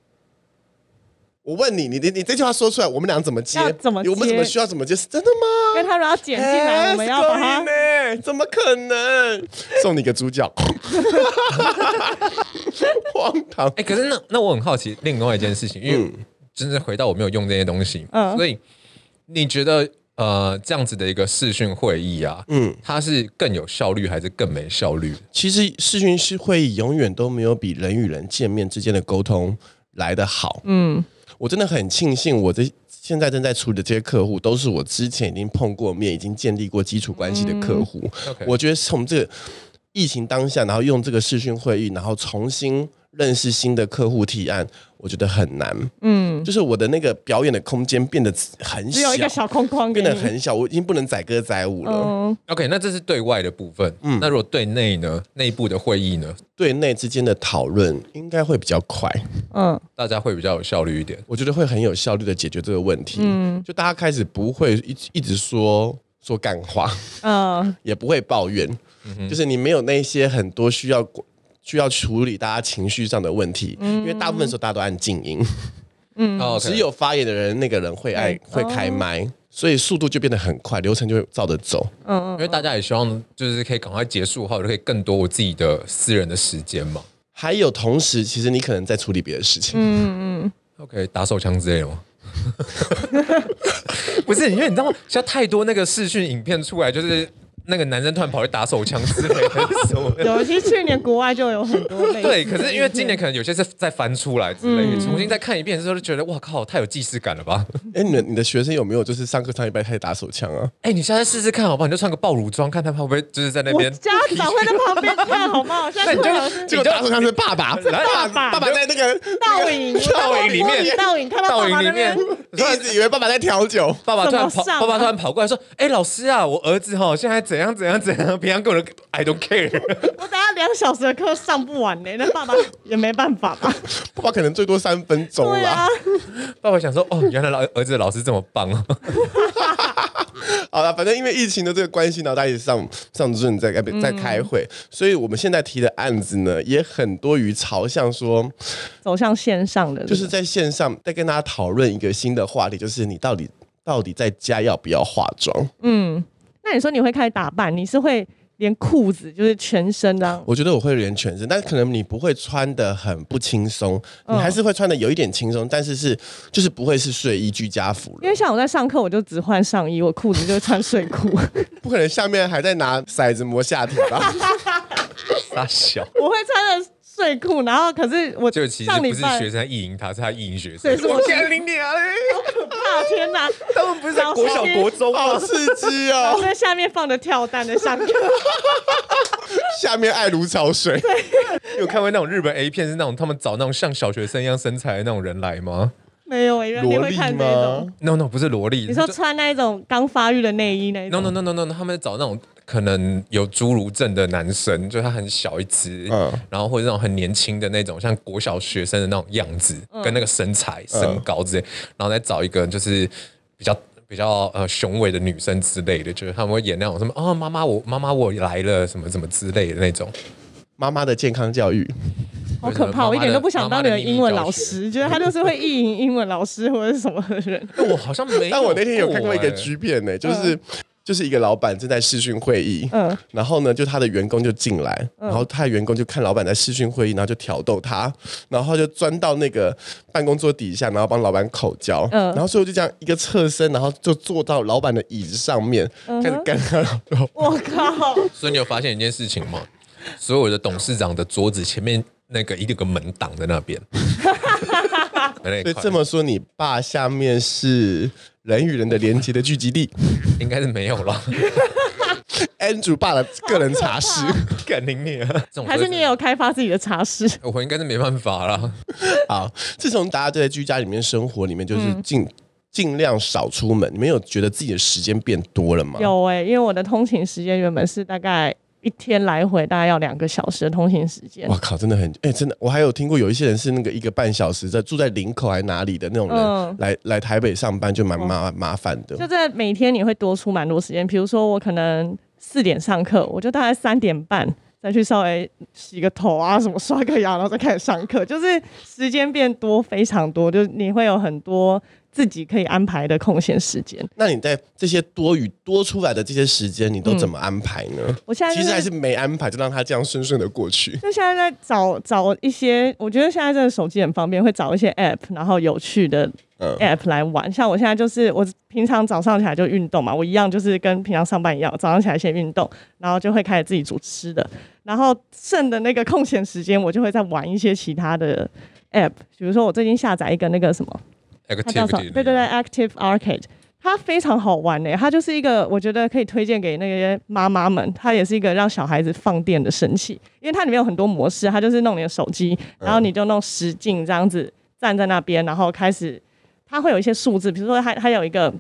[SPEAKER 3] 我问你，你你你这句话说出来，我们俩怎么接？
[SPEAKER 2] 要怎么接
[SPEAKER 3] 我们怎么需要怎么接？是真的吗？
[SPEAKER 2] 因为他如果要剪进
[SPEAKER 3] 哎
[SPEAKER 2] 来，我们要把它
[SPEAKER 3] 呢、怎么可能？送你个 猪脚，荒唐！
[SPEAKER 1] 哎、可是那那我很好奇另外一件事情，因为真正回到我没有用这些东西，
[SPEAKER 2] 嗯
[SPEAKER 1] 所以你觉得呃这样子的一个视讯会议啊，嗯，它是更有效率还是更没效率？
[SPEAKER 3] 其实视讯是会议永远都没有比人与人见面之间的沟通来得好。
[SPEAKER 2] 嗯
[SPEAKER 3] 我真的很庆幸，我这现在正在处理的这些客户，都是我之前已经碰过面、已经建立过基础关系的客户。
[SPEAKER 2] 嗯
[SPEAKER 1] OK
[SPEAKER 3] 我觉得从这个疫情当下，然后用这个视讯会议，然后重新认识新的客户提案，我觉得很难。
[SPEAKER 2] 嗯，
[SPEAKER 3] 就是我的那个表演的空间变得很
[SPEAKER 2] 只有一个
[SPEAKER 3] 小
[SPEAKER 2] 小框框给
[SPEAKER 3] 变
[SPEAKER 2] 你
[SPEAKER 3] 得。很小，我已经不能载歌载舞了。
[SPEAKER 2] 嗯，
[SPEAKER 1] OK，那这是对外的部分，嗯，那如果对内呢，内部的会议呢，
[SPEAKER 3] 对内之间的讨论应该会比较快。
[SPEAKER 2] 嗯，
[SPEAKER 1] 大家会比较有效率一点。
[SPEAKER 3] 我觉得会很有效率的解决这个问题。
[SPEAKER 2] 嗯
[SPEAKER 3] 就大家开始不会一直一直说说干话，
[SPEAKER 2] 嗯，
[SPEAKER 3] 也不会抱怨，就是你没有那些很多需要需要处理大家情绪上的问题，因为大部分时候大家都按静音，
[SPEAKER 1] 哦，
[SPEAKER 3] 只有发言的人那个人会按会开
[SPEAKER 2] 哦
[SPEAKER 3] 麦，所以速度就变得很快，流程就会照着走。
[SPEAKER 2] 嗯
[SPEAKER 1] 因为大家也希望就是可以赶快结束后，就可以更多我自己的私人的时间嘛。
[SPEAKER 3] 还有同时，其实你可能在处理别的事情，
[SPEAKER 2] 嗯
[SPEAKER 1] OK，打手枪之类的吗？不是，因为你知道吗？现在太多那个视讯影片出来，就是那个男生突然跑去打手枪之类的什么的。
[SPEAKER 2] 有其实去年国外就有很多类似的
[SPEAKER 1] 对，可是因为今年可能有些是再翻出来之类的，重新再看一遍的时候就觉得，哇靠，太有既视感了吧！
[SPEAKER 3] 哎、你的你的学生有没有就是上课上一半开始打手枪啊？
[SPEAKER 1] 哎，你现在试试看好不好？你就穿个暴乳装，看他会不会就是在那
[SPEAKER 2] 我
[SPEAKER 1] 边。
[SPEAKER 2] 家长会在旁边看，好不好？现在
[SPEAKER 1] 你
[SPEAKER 2] 突
[SPEAKER 1] 就
[SPEAKER 2] 然有
[SPEAKER 1] 你
[SPEAKER 3] 结果
[SPEAKER 1] 就
[SPEAKER 3] 打手枪是爸 爸，爸
[SPEAKER 2] 爸
[SPEAKER 3] 爸爸在那个
[SPEAKER 2] 倒影，
[SPEAKER 1] 倒影里面
[SPEAKER 2] 倒影看到
[SPEAKER 1] 倒
[SPEAKER 2] 爸
[SPEAKER 1] 影
[SPEAKER 2] 爸
[SPEAKER 1] 里
[SPEAKER 2] 那
[SPEAKER 1] 面
[SPEAKER 2] 边，，
[SPEAKER 3] 一直以为爸爸在调酒。
[SPEAKER 1] 爸爸突然跑，
[SPEAKER 2] 怎么上啊
[SPEAKER 1] 爸爸突然跑过来说：“哎，老师啊，我儿子哈现在怎样怎样怎样，平常跟我的 I don't care。”
[SPEAKER 2] 我等下两小时的课上不完呢，那爸爸也没办法 吧？
[SPEAKER 3] 爸爸可能最多三分钟
[SPEAKER 2] 对啊
[SPEAKER 3] 啦。，
[SPEAKER 1] 爸爸想说：“哦，原来老儿子的老师这么棒哦。”
[SPEAKER 3] 好了，反正因为疫情的这个关系，然后大家也上上阵在
[SPEAKER 2] 嗯
[SPEAKER 3] 在在开会，所以我们现在提的案子呢，也很多于朝向说，
[SPEAKER 2] 走向线上的
[SPEAKER 3] 就是在线上再跟大家讨论一个新的话题，就是你到底到底在家要不要化妆？
[SPEAKER 2] 那你说你会开始打扮，你是会连裤子就是全身的、啊，
[SPEAKER 3] 我觉得我会连全身，但可能你不会穿的很不轻松，你
[SPEAKER 2] 嗯
[SPEAKER 3] 还是会穿的有一点轻松，但是是就是不会是睡衣居家服
[SPEAKER 2] 因
[SPEAKER 3] 了，
[SPEAKER 2] 为像我在上课，我就只换上衣，我裤子就穿 睡裤，
[SPEAKER 3] 不可能下面还在拿骰子磨下体吧？
[SPEAKER 1] 傻小，
[SPEAKER 2] 我会穿着睡裤，然后可是我
[SPEAKER 1] 就其实
[SPEAKER 2] 上
[SPEAKER 1] 不
[SPEAKER 2] 礼
[SPEAKER 1] 是
[SPEAKER 2] 拜
[SPEAKER 1] 学生意淫他，是他意淫学生
[SPEAKER 2] 对。是我
[SPEAKER 1] 干你娘嘞！
[SPEAKER 2] 大啊天哪、
[SPEAKER 1] 他们不是在
[SPEAKER 2] 老师
[SPEAKER 1] 国小国中
[SPEAKER 3] 好
[SPEAKER 1] 吗？
[SPEAKER 3] 刺激哦！
[SPEAKER 2] 我在下面放着跳蛋的上课，
[SPEAKER 3] 下面爱如潮水。
[SPEAKER 1] 你有看过那种日本 A 片是那种他们找那种像小学生一样身材的那种人来吗
[SPEAKER 2] 没有哎、欸，你会看那种？
[SPEAKER 1] ？No No，不是萝莉。
[SPEAKER 2] 你说
[SPEAKER 1] 就
[SPEAKER 2] 穿那一种刚发育的内衣那一
[SPEAKER 1] No
[SPEAKER 2] 种
[SPEAKER 3] 嗯
[SPEAKER 1] No No No No，他们找那种可能有侏儒症的男生，就他很小一只，
[SPEAKER 3] 嗯
[SPEAKER 1] 然后或者那种很年轻的那种，像国小学生的那种样子，跟那个身材、
[SPEAKER 3] 嗯
[SPEAKER 1] 身高之类，然后再找一个就是比较。比较呃雄伟的女生之类的，就是他们会演那种什么哦，妈妈我妈妈我来了什么什么之类的那种，
[SPEAKER 3] 妈妈的健康教育，
[SPEAKER 2] 好可怕！我一点都不想当你的英文老师，觉得他就是会意淫英文老师或者是什么的人。
[SPEAKER 1] 但哎我好像没。
[SPEAKER 3] 但我那天有看过
[SPEAKER 2] 欸
[SPEAKER 3] 一个
[SPEAKER 1] 剧，
[SPEAKER 3] 剧片呢、就是。就是一个老板正在视讯会议，
[SPEAKER 2] 嗯
[SPEAKER 3] 然后呢，就他的员工就进来，然后他的员工就看老板在视讯会议，然后就挑逗他，然后他就钻到那个办公桌底下，然后帮老板口交，
[SPEAKER 2] 嗯
[SPEAKER 3] 然后所以我就这样一个侧身，然后就坐到老板的椅子上面，
[SPEAKER 2] 嗯
[SPEAKER 3] 开始干他老板。
[SPEAKER 2] 我靠！
[SPEAKER 1] 所以你有发现一件事情吗？所有的董事长的桌子前面那个一定有个门挡在那 边。那一
[SPEAKER 3] 所
[SPEAKER 1] 块
[SPEAKER 3] 以这么说，你爸下面是人与人的连接的聚集地
[SPEAKER 1] 应该是没有 了，
[SPEAKER 3] ，Andrew 爸的个人茶室。
[SPEAKER 1] 肯定你啊！这种
[SPEAKER 2] 还是你也有开发自己的茶室？
[SPEAKER 1] 我应该是没办法啦。
[SPEAKER 2] 嗯
[SPEAKER 3] 好，自从大家都在居家里面生活，里面就是进。尽量少出门，你们有觉得自己的时间变多了吗？
[SPEAKER 2] 有哎、因为我的通勤时间原本是大概一天来回大概要两个小时的通勤时间
[SPEAKER 3] 我，靠，真的很哎、真的，我还有听过有一些人是那个一个半小时在住在林口还哪里的那种
[SPEAKER 2] 嗯
[SPEAKER 3] 人，
[SPEAKER 2] 哦
[SPEAKER 3] 来来台北上班就蛮麻麻烦的。
[SPEAKER 2] 就在每天你会多出蛮多时间。比如说我可能四点上课，我就大概三点半再去稍微洗个头啊，什么刷个牙，然后再开始上课，就是时间变多非常多，就是你会有很多自己可以安排的空闲时间。
[SPEAKER 3] 那你在这些多余多出来的这些时间，你都
[SPEAKER 2] 嗯
[SPEAKER 3] 怎么安排呢？
[SPEAKER 2] 我现在
[SPEAKER 3] 其
[SPEAKER 2] 就
[SPEAKER 3] 实还是没安排，就让它这样顺顺的过去。
[SPEAKER 2] 就现在在找找一些，我觉得现在真的手机很方便，会找一些 app，然后有趣的
[SPEAKER 3] 嗯
[SPEAKER 2] app 来玩。像我现在就是我平常早上起来就运动嘛，我一样就是跟平常上班一样，早上起来先运动，然后就会开始自己煮吃的，然后剩的那个空闲时间，我就会再玩一些其他的 app，比如说我最近下载一个那个什么。它叫什么？
[SPEAKER 1] activity，
[SPEAKER 2] 对对对，Active Arcade，它非常好玩诶、它就是一个我觉得可以推荐给那些妈妈们，它也是一个让小孩子放电的神器，因为它里面有很多模式，它就是弄你的手机，然后你就弄实境这样子站在那边，然后开始，它会有一些数字，比如说它它有一个。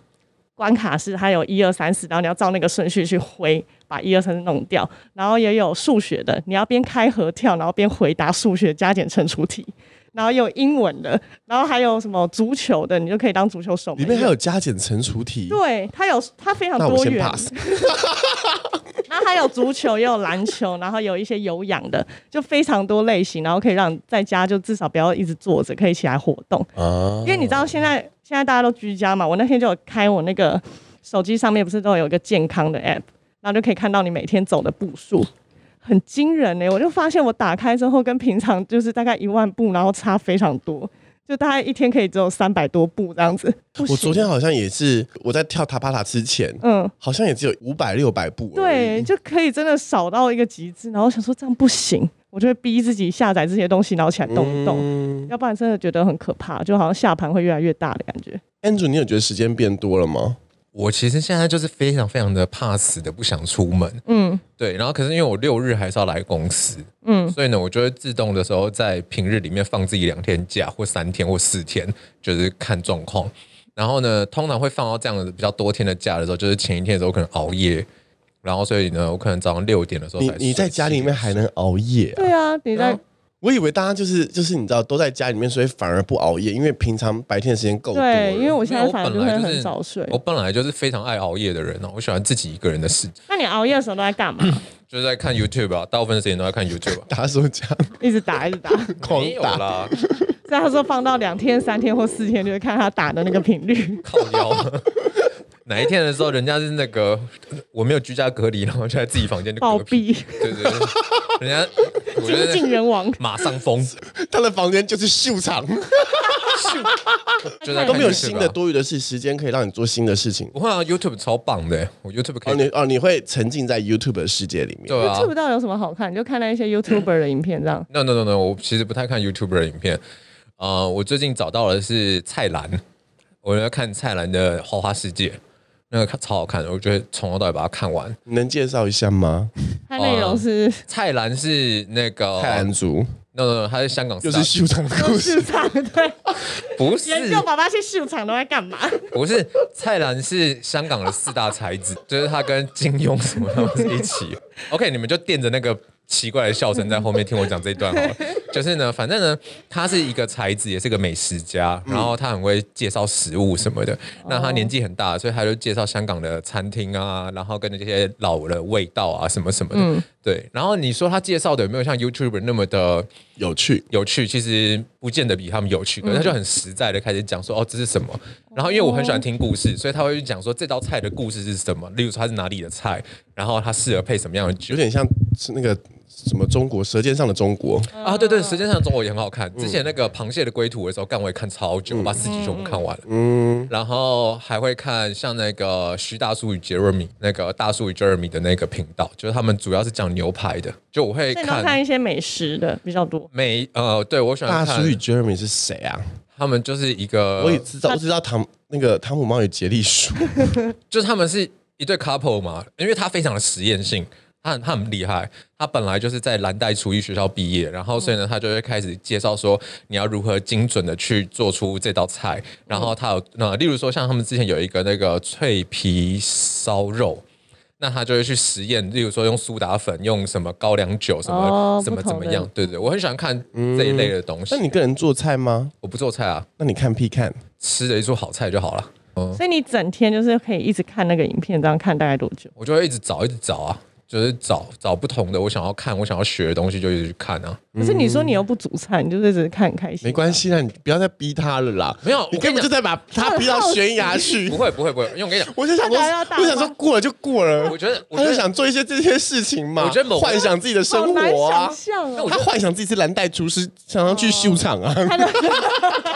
[SPEAKER 2] 关卡是它有一二三四，然后你要照那个顺序去挥，把一二三四弄掉。然后也有数学的，你要边开合跳，然后边回答数学加减乘除题。然后也有英文的，然后还有什么足球的，你就可以当足球手门。
[SPEAKER 3] 里面还有加减乘除题，
[SPEAKER 2] 对，它有它非常
[SPEAKER 3] 那我
[SPEAKER 2] 多
[SPEAKER 3] 先
[SPEAKER 2] 元。
[SPEAKER 3] pass。
[SPEAKER 2] 然后还有足球，也有篮球，然后有一些有氧的，就非常多类型，然后可以让在家就至少不要一直坐着，可以起来活动。
[SPEAKER 3] 啊
[SPEAKER 2] 因为你知道现在现在大家都居家嘛，我那天就有开我那个手机上面不是都有一个健康的 app，然后就可以看到你每天走的步数，很惊人呢、欸我就发现我打开之后跟平常就是大概一万步，然后差非常多，就大概一天可以只有三百多步这样子。不
[SPEAKER 3] 我
[SPEAKER 2] 行
[SPEAKER 3] 昨天好像也是，我在跳塔巴塔之前，
[SPEAKER 2] 嗯。
[SPEAKER 3] 好像也只有五百六百步。
[SPEAKER 2] 对，，就可以真的少到一个极致。然后想说这样不行，我就会逼自己下载这些东西，然后起来动一动，
[SPEAKER 3] 嗯
[SPEAKER 2] 要不然真的觉得很可怕，就好像下盘会越来越大的感觉。
[SPEAKER 3] ，Andrew，你有觉得时间变多了吗？
[SPEAKER 1] 我其实现在就是非常非常的怕死的，不想出门。
[SPEAKER 2] 嗯
[SPEAKER 1] 对，然后可是因为我六日还是要来公司，
[SPEAKER 2] 嗯，
[SPEAKER 1] 所以呢，我就会自动的时候在平日里面放自己两天假，或三天，或四天，就是看状况。然后呢，通常会放到这样的比较多天的假的时候，就是前一天的时候可能熬夜，然后所以呢，我可能早上六点的时候
[SPEAKER 3] 你
[SPEAKER 1] 才
[SPEAKER 3] 你在
[SPEAKER 1] 睡
[SPEAKER 3] 家里面还能熬夜啊、
[SPEAKER 2] 对啊，你在、
[SPEAKER 3] 我以为大家就是就是你知道都在家里面，所以反而不熬夜，因为平常白天的时间够多了。
[SPEAKER 2] 对，因为我现
[SPEAKER 1] 因为
[SPEAKER 2] 在
[SPEAKER 1] 我
[SPEAKER 2] 反正
[SPEAKER 1] 本
[SPEAKER 2] 就会
[SPEAKER 1] 来
[SPEAKER 2] 很
[SPEAKER 1] 是
[SPEAKER 2] 早睡。
[SPEAKER 1] 我本来就是非常爱熬夜的人哦，我喜欢自己一个人的事，
[SPEAKER 2] 那你熬夜的时候都在 干嘛？
[SPEAKER 1] 就是在看 YouTube 啊，大部分的时间都在看 YouTube 啊。
[SPEAKER 3] 打手枪
[SPEAKER 2] 一直打，一直打。
[SPEAKER 3] 狂
[SPEAKER 1] 没有
[SPEAKER 3] 打，
[SPEAKER 1] 啦，
[SPEAKER 2] 所以他说放到两天、三天或四天，就会看他打的那个 频率。
[SPEAKER 1] 靠腰。 哪一天的时候，人家是那个我没有居家隔离，然后就在自己房间就
[SPEAKER 2] 暴
[SPEAKER 1] 嗝屁，
[SPEAKER 2] 毙，
[SPEAKER 1] 对对对，人家我觉
[SPEAKER 2] 精尽
[SPEAKER 1] 得
[SPEAKER 2] 人亡。
[SPEAKER 1] 马上疯，
[SPEAKER 3] 他的房间就是秀场，
[SPEAKER 1] 就在看
[SPEAKER 3] 都没有
[SPEAKER 1] YouTube
[SPEAKER 3] 新的
[SPEAKER 1] 啊。
[SPEAKER 3] 多余的事，时间可以让你做新的事情。
[SPEAKER 1] 不会啊，YouTube 超棒的，欸我 YouTube 可
[SPEAKER 3] 哦，
[SPEAKER 1] 以，
[SPEAKER 3] 你哦，你会沉浸在 YouTube 的世界里面。
[SPEAKER 1] 对啊
[SPEAKER 2] YouTube 到底有什么好看？你就看那一些 YouTuber 的影片这 样。
[SPEAKER 1] ，No No No No，我其实不太看 YouTube 的影片。呃，我最近找到的是蔡澜，我要看蔡澜的《花花世界》，那个看超好看的，我觉得从头到尾把它看完。
[SPEAKER 3] 你能介绍一下吗？
[SPEAKER 2] 它内容是
[SPEAKER 1] 蔡澜是那个
[SPEAKER 3] 泰安族
[SPEAKER 1] no no，no，他是香港
[SPEAKER 3] 啊又
[SPEAKER 1] 四大
[SPEAKER 3] 是秀场的故
[SPEAKER 2] 市
[SPEAKER 3] 事，
[SPEAKER 2] 场对。
[SPEAKER 1] 不是
[SPEAKER 2] 研究爸爸去市场都在干嘛？
[SPEAKER 1] 不是蔡澜是香港的四大才子，就是他跟金庸什么他们是一起。OK，你们就垫着那个奇怪的笑声在后面听我讲这一段好了。就是呢，反正呢，他是一个才子，也是个美食家，然后他很会介绍食物什么的。那他年纪很大，所以他就介绍香港的餐厅啊，然后跟那些老的味道啊什么什么的。对，然后你说他介绍的有没有像 YouTuber 那么的？
[SPEAKER 3] 有趣。
[SPEAKER 1] 有趣，其实不见得比他们有趣，可是他就
[SPEAKER 2] 嗯
[SPEAKER 1] 很实在的开始讲说，哦，这是什么？然后因为我很喜欢听故事，所以他会去讲说这道菜的故事是什么，例如说它是哪里的菜，然后它适合配什么样的酒
[SPEAKER 3] 有点像是那个什么中国《舌尖上的中国》
[SPEAKER 1] 啊？对对，《舌尖上的中国》也很好
[SPEAKER 3] 嗯
[SPEAKER 1] 看。之前那个《螃蟹的归途》的时候，干我也看超久，我把四集全部看完了。嗯，然后还会看像那个徐大叔与杰瑞米，那个大叔与杰瑞米的那个频道，就是他们主要是讲牛排的，就我会
[SPEAKER 2] 所以都看
[SPEAKER 1] 看
[SPEAKER 2] 一些美食的比较多。
[SPEAKER 1] 每呃，对我喜欢
[SPEAKER 3] 大
[SPEAKER 1] 看呃
[SPEAKER 3] 叔与 Jeremy 是谁啊？
[SPEAKER 1] 他们就是一个
[SPEAKER 3] 我也知道，我只知道唐那个汤姆 猫与杰利鼠，
[SPEAKER 1] 就是他们是一对 couple 嘛，因为他非常的实验性，他很他很厉害，他本来就是在蓝带厨艺学校毕业，然后所
[SPEAKER 2] 嗯
[SPEAKER 1] 以呢，他就会开始介绍说你要如何精准的去做出这道菜。然后他有那、例如说像他们之前有一个那个脆皮烧肉。那他就会去实验，例如说用苏打粉，用什么高粱酒，什么、
[SPEAKER 2] 哦
[SPEAKER 1] 什么
[SPEAKER 2] 不
[SPEAKER 1] 怎
[SPEAKER 2] 同
[SPEAKER 1] 么
[SPEAKER 2] 的
[SPEAKER 1] 样？对对，我很喜欢看这一类的东西。
[SPEAKER 3] 嗯那你个人做菜吗？
[SPEAKER 1] 我不做菜啊，
[SPEAKER 3] 那你看屁看？
[SPEAKER 1] 吃了一桌好菜就好了。嗯，
[SPEAKER 2] 所以你整天就是可以一直看那个影片，这样看大概多久？
[SPEAKER 1] 我就会一直找，一直找啊，就是找找不同的我想要看、我想要学的东西，就一直去看啊。
[SPEAKER 2] 可是你说你又不煮菜，你就是只是看开心。
[SPEAKER 3] 嗯没关系啦，你不要再逼他了啦。
[SPEAKER 1] 没有
[SPEAKER 3] 你
[SPEAKER 1] 我
[SPEAKER 3] 根
[SPEAKER 1] 跟你讲
[SPEAKER 3] 本就在把他逼到悬崖去
[SPEAKER 1] 不。会不会不会，因为我跟你讲，
[SPEAKER 3] 我就想说，
[SPEAKER 2] 他来到大
[SPEAKER 3] 我想说过了就过了。
[SPEAKER 1] 我觉得我
[SPEAKER 3] 他
[SPEAKER 1] 觉
[SPEAKER 3] 就
[SPEAKER 1] 得
[SPEAKER 3] 想做一些这些事情嘛，
[SPEAKER 1] 我觉得某个
[SPEAKER 3] 幻想自己的
[SPEAKER 2] 好
[SPEAKER 3] 生
[SPEAKER 2] 难
[SPEAKER 3] 活啊
[SPEAKER 2] 想。象
[SPEAKER 1] 那
[SPEAKER 2] 哦
[SPEAKER 1] 我。
[SPEAKER 3] 他幻想自己是蓝带厨师，想要去秀场啊。
[SPEAKER 1] 哦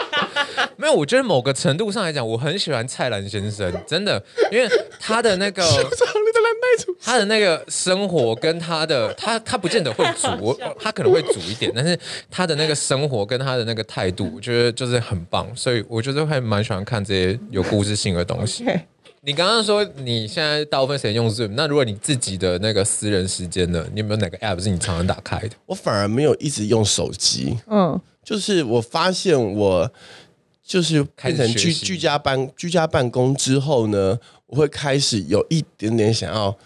[SPEAKER 1] 没有，我觉得某个程度上来讲，我很喜欢蔡澜先生，真的，因为他的那个
[SPEAKER 3] 你的蓝带厨师，
[SPEAKER 1] 他的那个生活跟他的他他不见得会煮，我他可能会煮一点，但是他的那个生活跟他的那个态度，我觉得就是很棒，所以我就是会蛮喜欢看这些有故事性的东西。
[SPEAKER 2] 对
[SPEAKER 1] 你刚刚说你现在大部分时间用 Zoom，那如果你自己的那个私人时间呢？你有没有哪个 App 是你常常打开的？
[SPEAKER 3] 我反而没有一直用手机，
[SPEAKER 2] 嗯，
[SPEAKER 3] 就是我发现我就是变
[SPEAKER 1] 开
[SPEAKER 3] 成
[SPEAKER 1] 始学
[SPEAKER 3] 居
[SPEAKER 1] 习
[SPEAKER 3] 居家办居家办公之后呢，我会开始有一点点想要。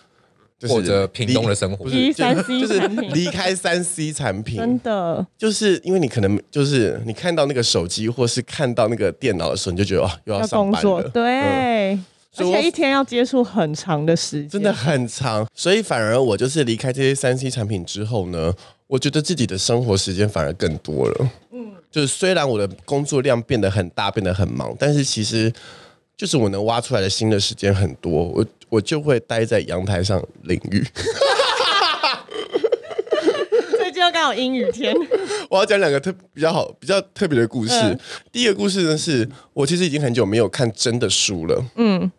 [SPEAKER 3] 就是
[SPEAKER 1] 或者屏东的生活
[SPEAKER 3] 离不
[SPEAKER 2] 离
[SPEAKER 3] 是
[SPEAKER 2] 三 C
[SPEAKER 3] 就是
[SPEAKER 2] 产品
[SPEAKER 3] 离开三 C 产品，
[SPEAKER 2] 真的，
[SPEAKER 3] 就是因为你可能就是你看到那个手机或是看到那个电脑的时候，你就觉得哇，又
[SPEAKER 2] 要
[SPEAKER 3] 上
[SPEAKER 2] 工
[SPEAKER 3] 班
[SPEAKER 2] 作，
[SPEAKER 3] 了，嗯
[SPEAKER 2] 对，而
[SPEAKER 3] 所以我
[SPEAKER 2] 且一天要接触很长的时间，
[SPEAKER 3] 真的很长。所以反而我就是离开这些三 C 产品之后呢，我觉得自己的生活时间反而更多了。嗯，就是虽然我的工作量变得很大，变得很忙，但是其实就是我能挖出来的新的时间很多，我我就会待在阳台上淋雨。
[SPEAKER 2] 最近又刚好阴雨 天，
[SPEAKER 3] 我要讲两个特比较好、比较特别的故事。
[SPEAKER 2] 嗯
[SPEAKER 3] 第一个故事呢，是我其实已经很久没有看真的书了，嗯，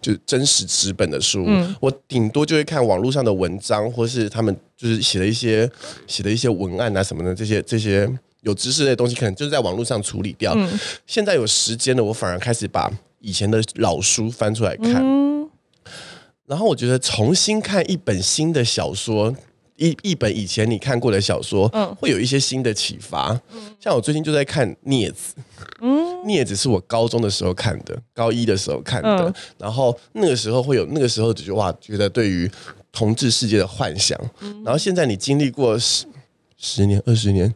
[SPEAKER 3] 就是真实纸本的书。我顶多就会看网络上的文章，或是他们就是写的一些写的一些文案啊什么的，这些这些有知识类的东西，可能就是在网络上处理掉。现在有时间了，我反而开始把以前的老书翻出来看。然后我觉得重新看一本新的小说，一一本以前你看过的小说，会有一些新的启发。像我最近就在看《镊子》，嗯，《镊子》是我高中的时候看的，高一的时候看的。
[SPEAKER 2] 嗯
[SPEAKER 3] 然后那个时候会有那个时候就觉得哇，觉得对于同志世界的幻想。然后现在你经历过十十年、二十年，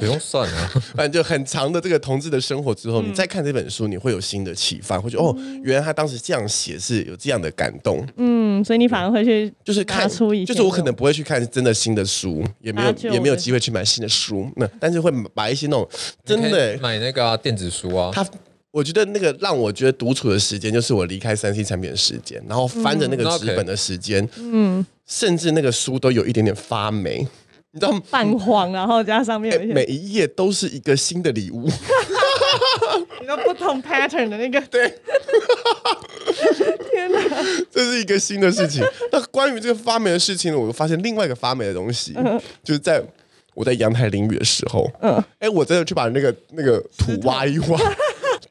[SPEAKER 1] 不用算啊了，
[SPEAKER 3] 反正就很长的这个同志的生活之后，你再看这本书，你会有新的启发，会觉得哦，原来他当时这样写是有这样的感动。
[SPEAKER 2] 嗯，所以你反而会去
[SPEAKER 3] 就是看，
[SPEAKER 2] 拿出以前
[SPEAKER 3] 就是我可能不会去看真的新的书，也没有
[SPEAKER 2] 搭救
[SPEAKER 3] 也没有
[SPEAKER 2] 的
[SPEAKER 3] 机会去买新的书，那但是会买一些那种真
[SPEAKER 1] 你
[SPEAKER 3] 的、
[SPEAKER 1] 可以买那个啊、电子书啊，
[SPEAKER 3] 他。我觉得那个让我觉得独处的时间，就是我离开三 C 产品的时间，然后翻着那个
[SPEAKER 1] 嗯
[SPEAKER 3] 纸本的时间，嗯，甚至那个书都有一点点发霉，你知道吗？
[SPEAKER 2] 泛黄，然后加上面有一
[SPEAKER 3] 每
[SPEAKER 2] 些
[SPEAKER 3] 一页都是一个新的礼物，
[SPEAKER 2] 你说不同 pattern 的那个，
[SPEAKER 3] 啊
[SPEAKER 2] 对，天哪，
[SPEAKER 3] 这是一个新的事情。那关于这个发霉的事情呢，我又发现另外一个发霉的东西，
[SPEAKER 2] 嗯
[SPEAKER 3] 就是在我在阳台淋雨的时候，嗯，哎，我真的去把那个那个土挖一 挖，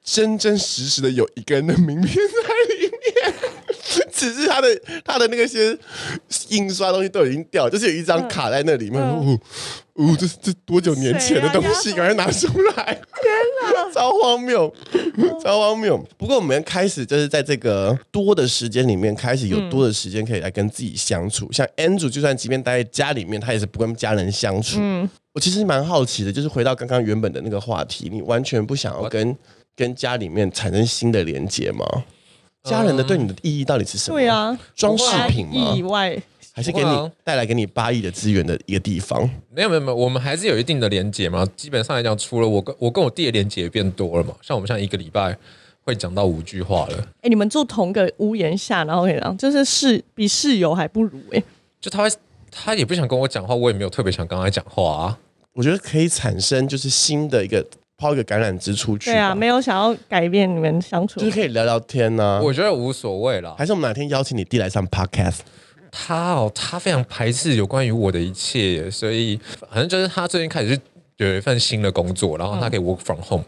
[SPEAKER 3] 真真实实的有一个人的名片在里面。 只是他的他的那个些印刷东西都已经掉了，就是有一
[SPEAKER 2] 嗯
[SPEAKER 3] 张卡在那里面。哦哦，这这多久年前的东西，
[SPEAKER 2] 谁啊
[SPEAKER 3] 赶快拿出来！ 超荒谬，超荒谬。不过我们开始就是在这个多的时间里面，开始有多的时间可以来跟自己相处。
[SPEAKER 2] 嗯
[SPEAKER 3] 像 Andrew，就算即便待在家里面，他也是不跟家人相处。
[SPEAKER 2] 嗯
[SPEAKER 3] 我其实蛮好奇的，就是回到刚刚原本的那个话题，你完全不想要跟跟家里面产生新的连接吗？家人的对你的意义到底是什么？
[SPEAKER 2] 对，啊，
[SPEAKER 3] 装饰品
[SPEAKER 2] 意
[SPEAKER 3] 吗？
[SPEAKER 2] 外，
[SPEAKER 3] 还是给
[SPEAKER 1] 不会
[SPEAKER 3] 你
[SPEAKER 1] 啊
[SPEAKER 3] 带来给你八亿的资源的一个地方？
[SPEAKER 1] 没有没有没有，我们还是有一定的连接嘛。基本上来讲，除了我跟我跟我弟的连接变多了嘛，像我们像一个礼拜会讲到五句话了，
[SPEAKER 2] 哎，你们住同个屋檐下，然后可以让就是室比室友还不如哎，
[SPEAKER 1] 就他会他也不想跟我讲话，我也没有特别想跟他讲话啊。
[SPEAKER 3] 我觉得可以产生就是新的一个抛一个橄榄枝出去吧。
[SPEAKER 2] 对啊，没有想要改变你们相处
[SPEAKER 3] 就，是可以聊聊天啊呐、
[SPEAKER 1] 我觉得无所谓啦。
[SPEAKER 3] 还是我们哪天邀请你弟来上 podcast？
[SPEAKER 1] 他哦，他非常排斥有关于我的一切，所以反正就是他最近开始去有一份新的工作，然后他可以 work from home，、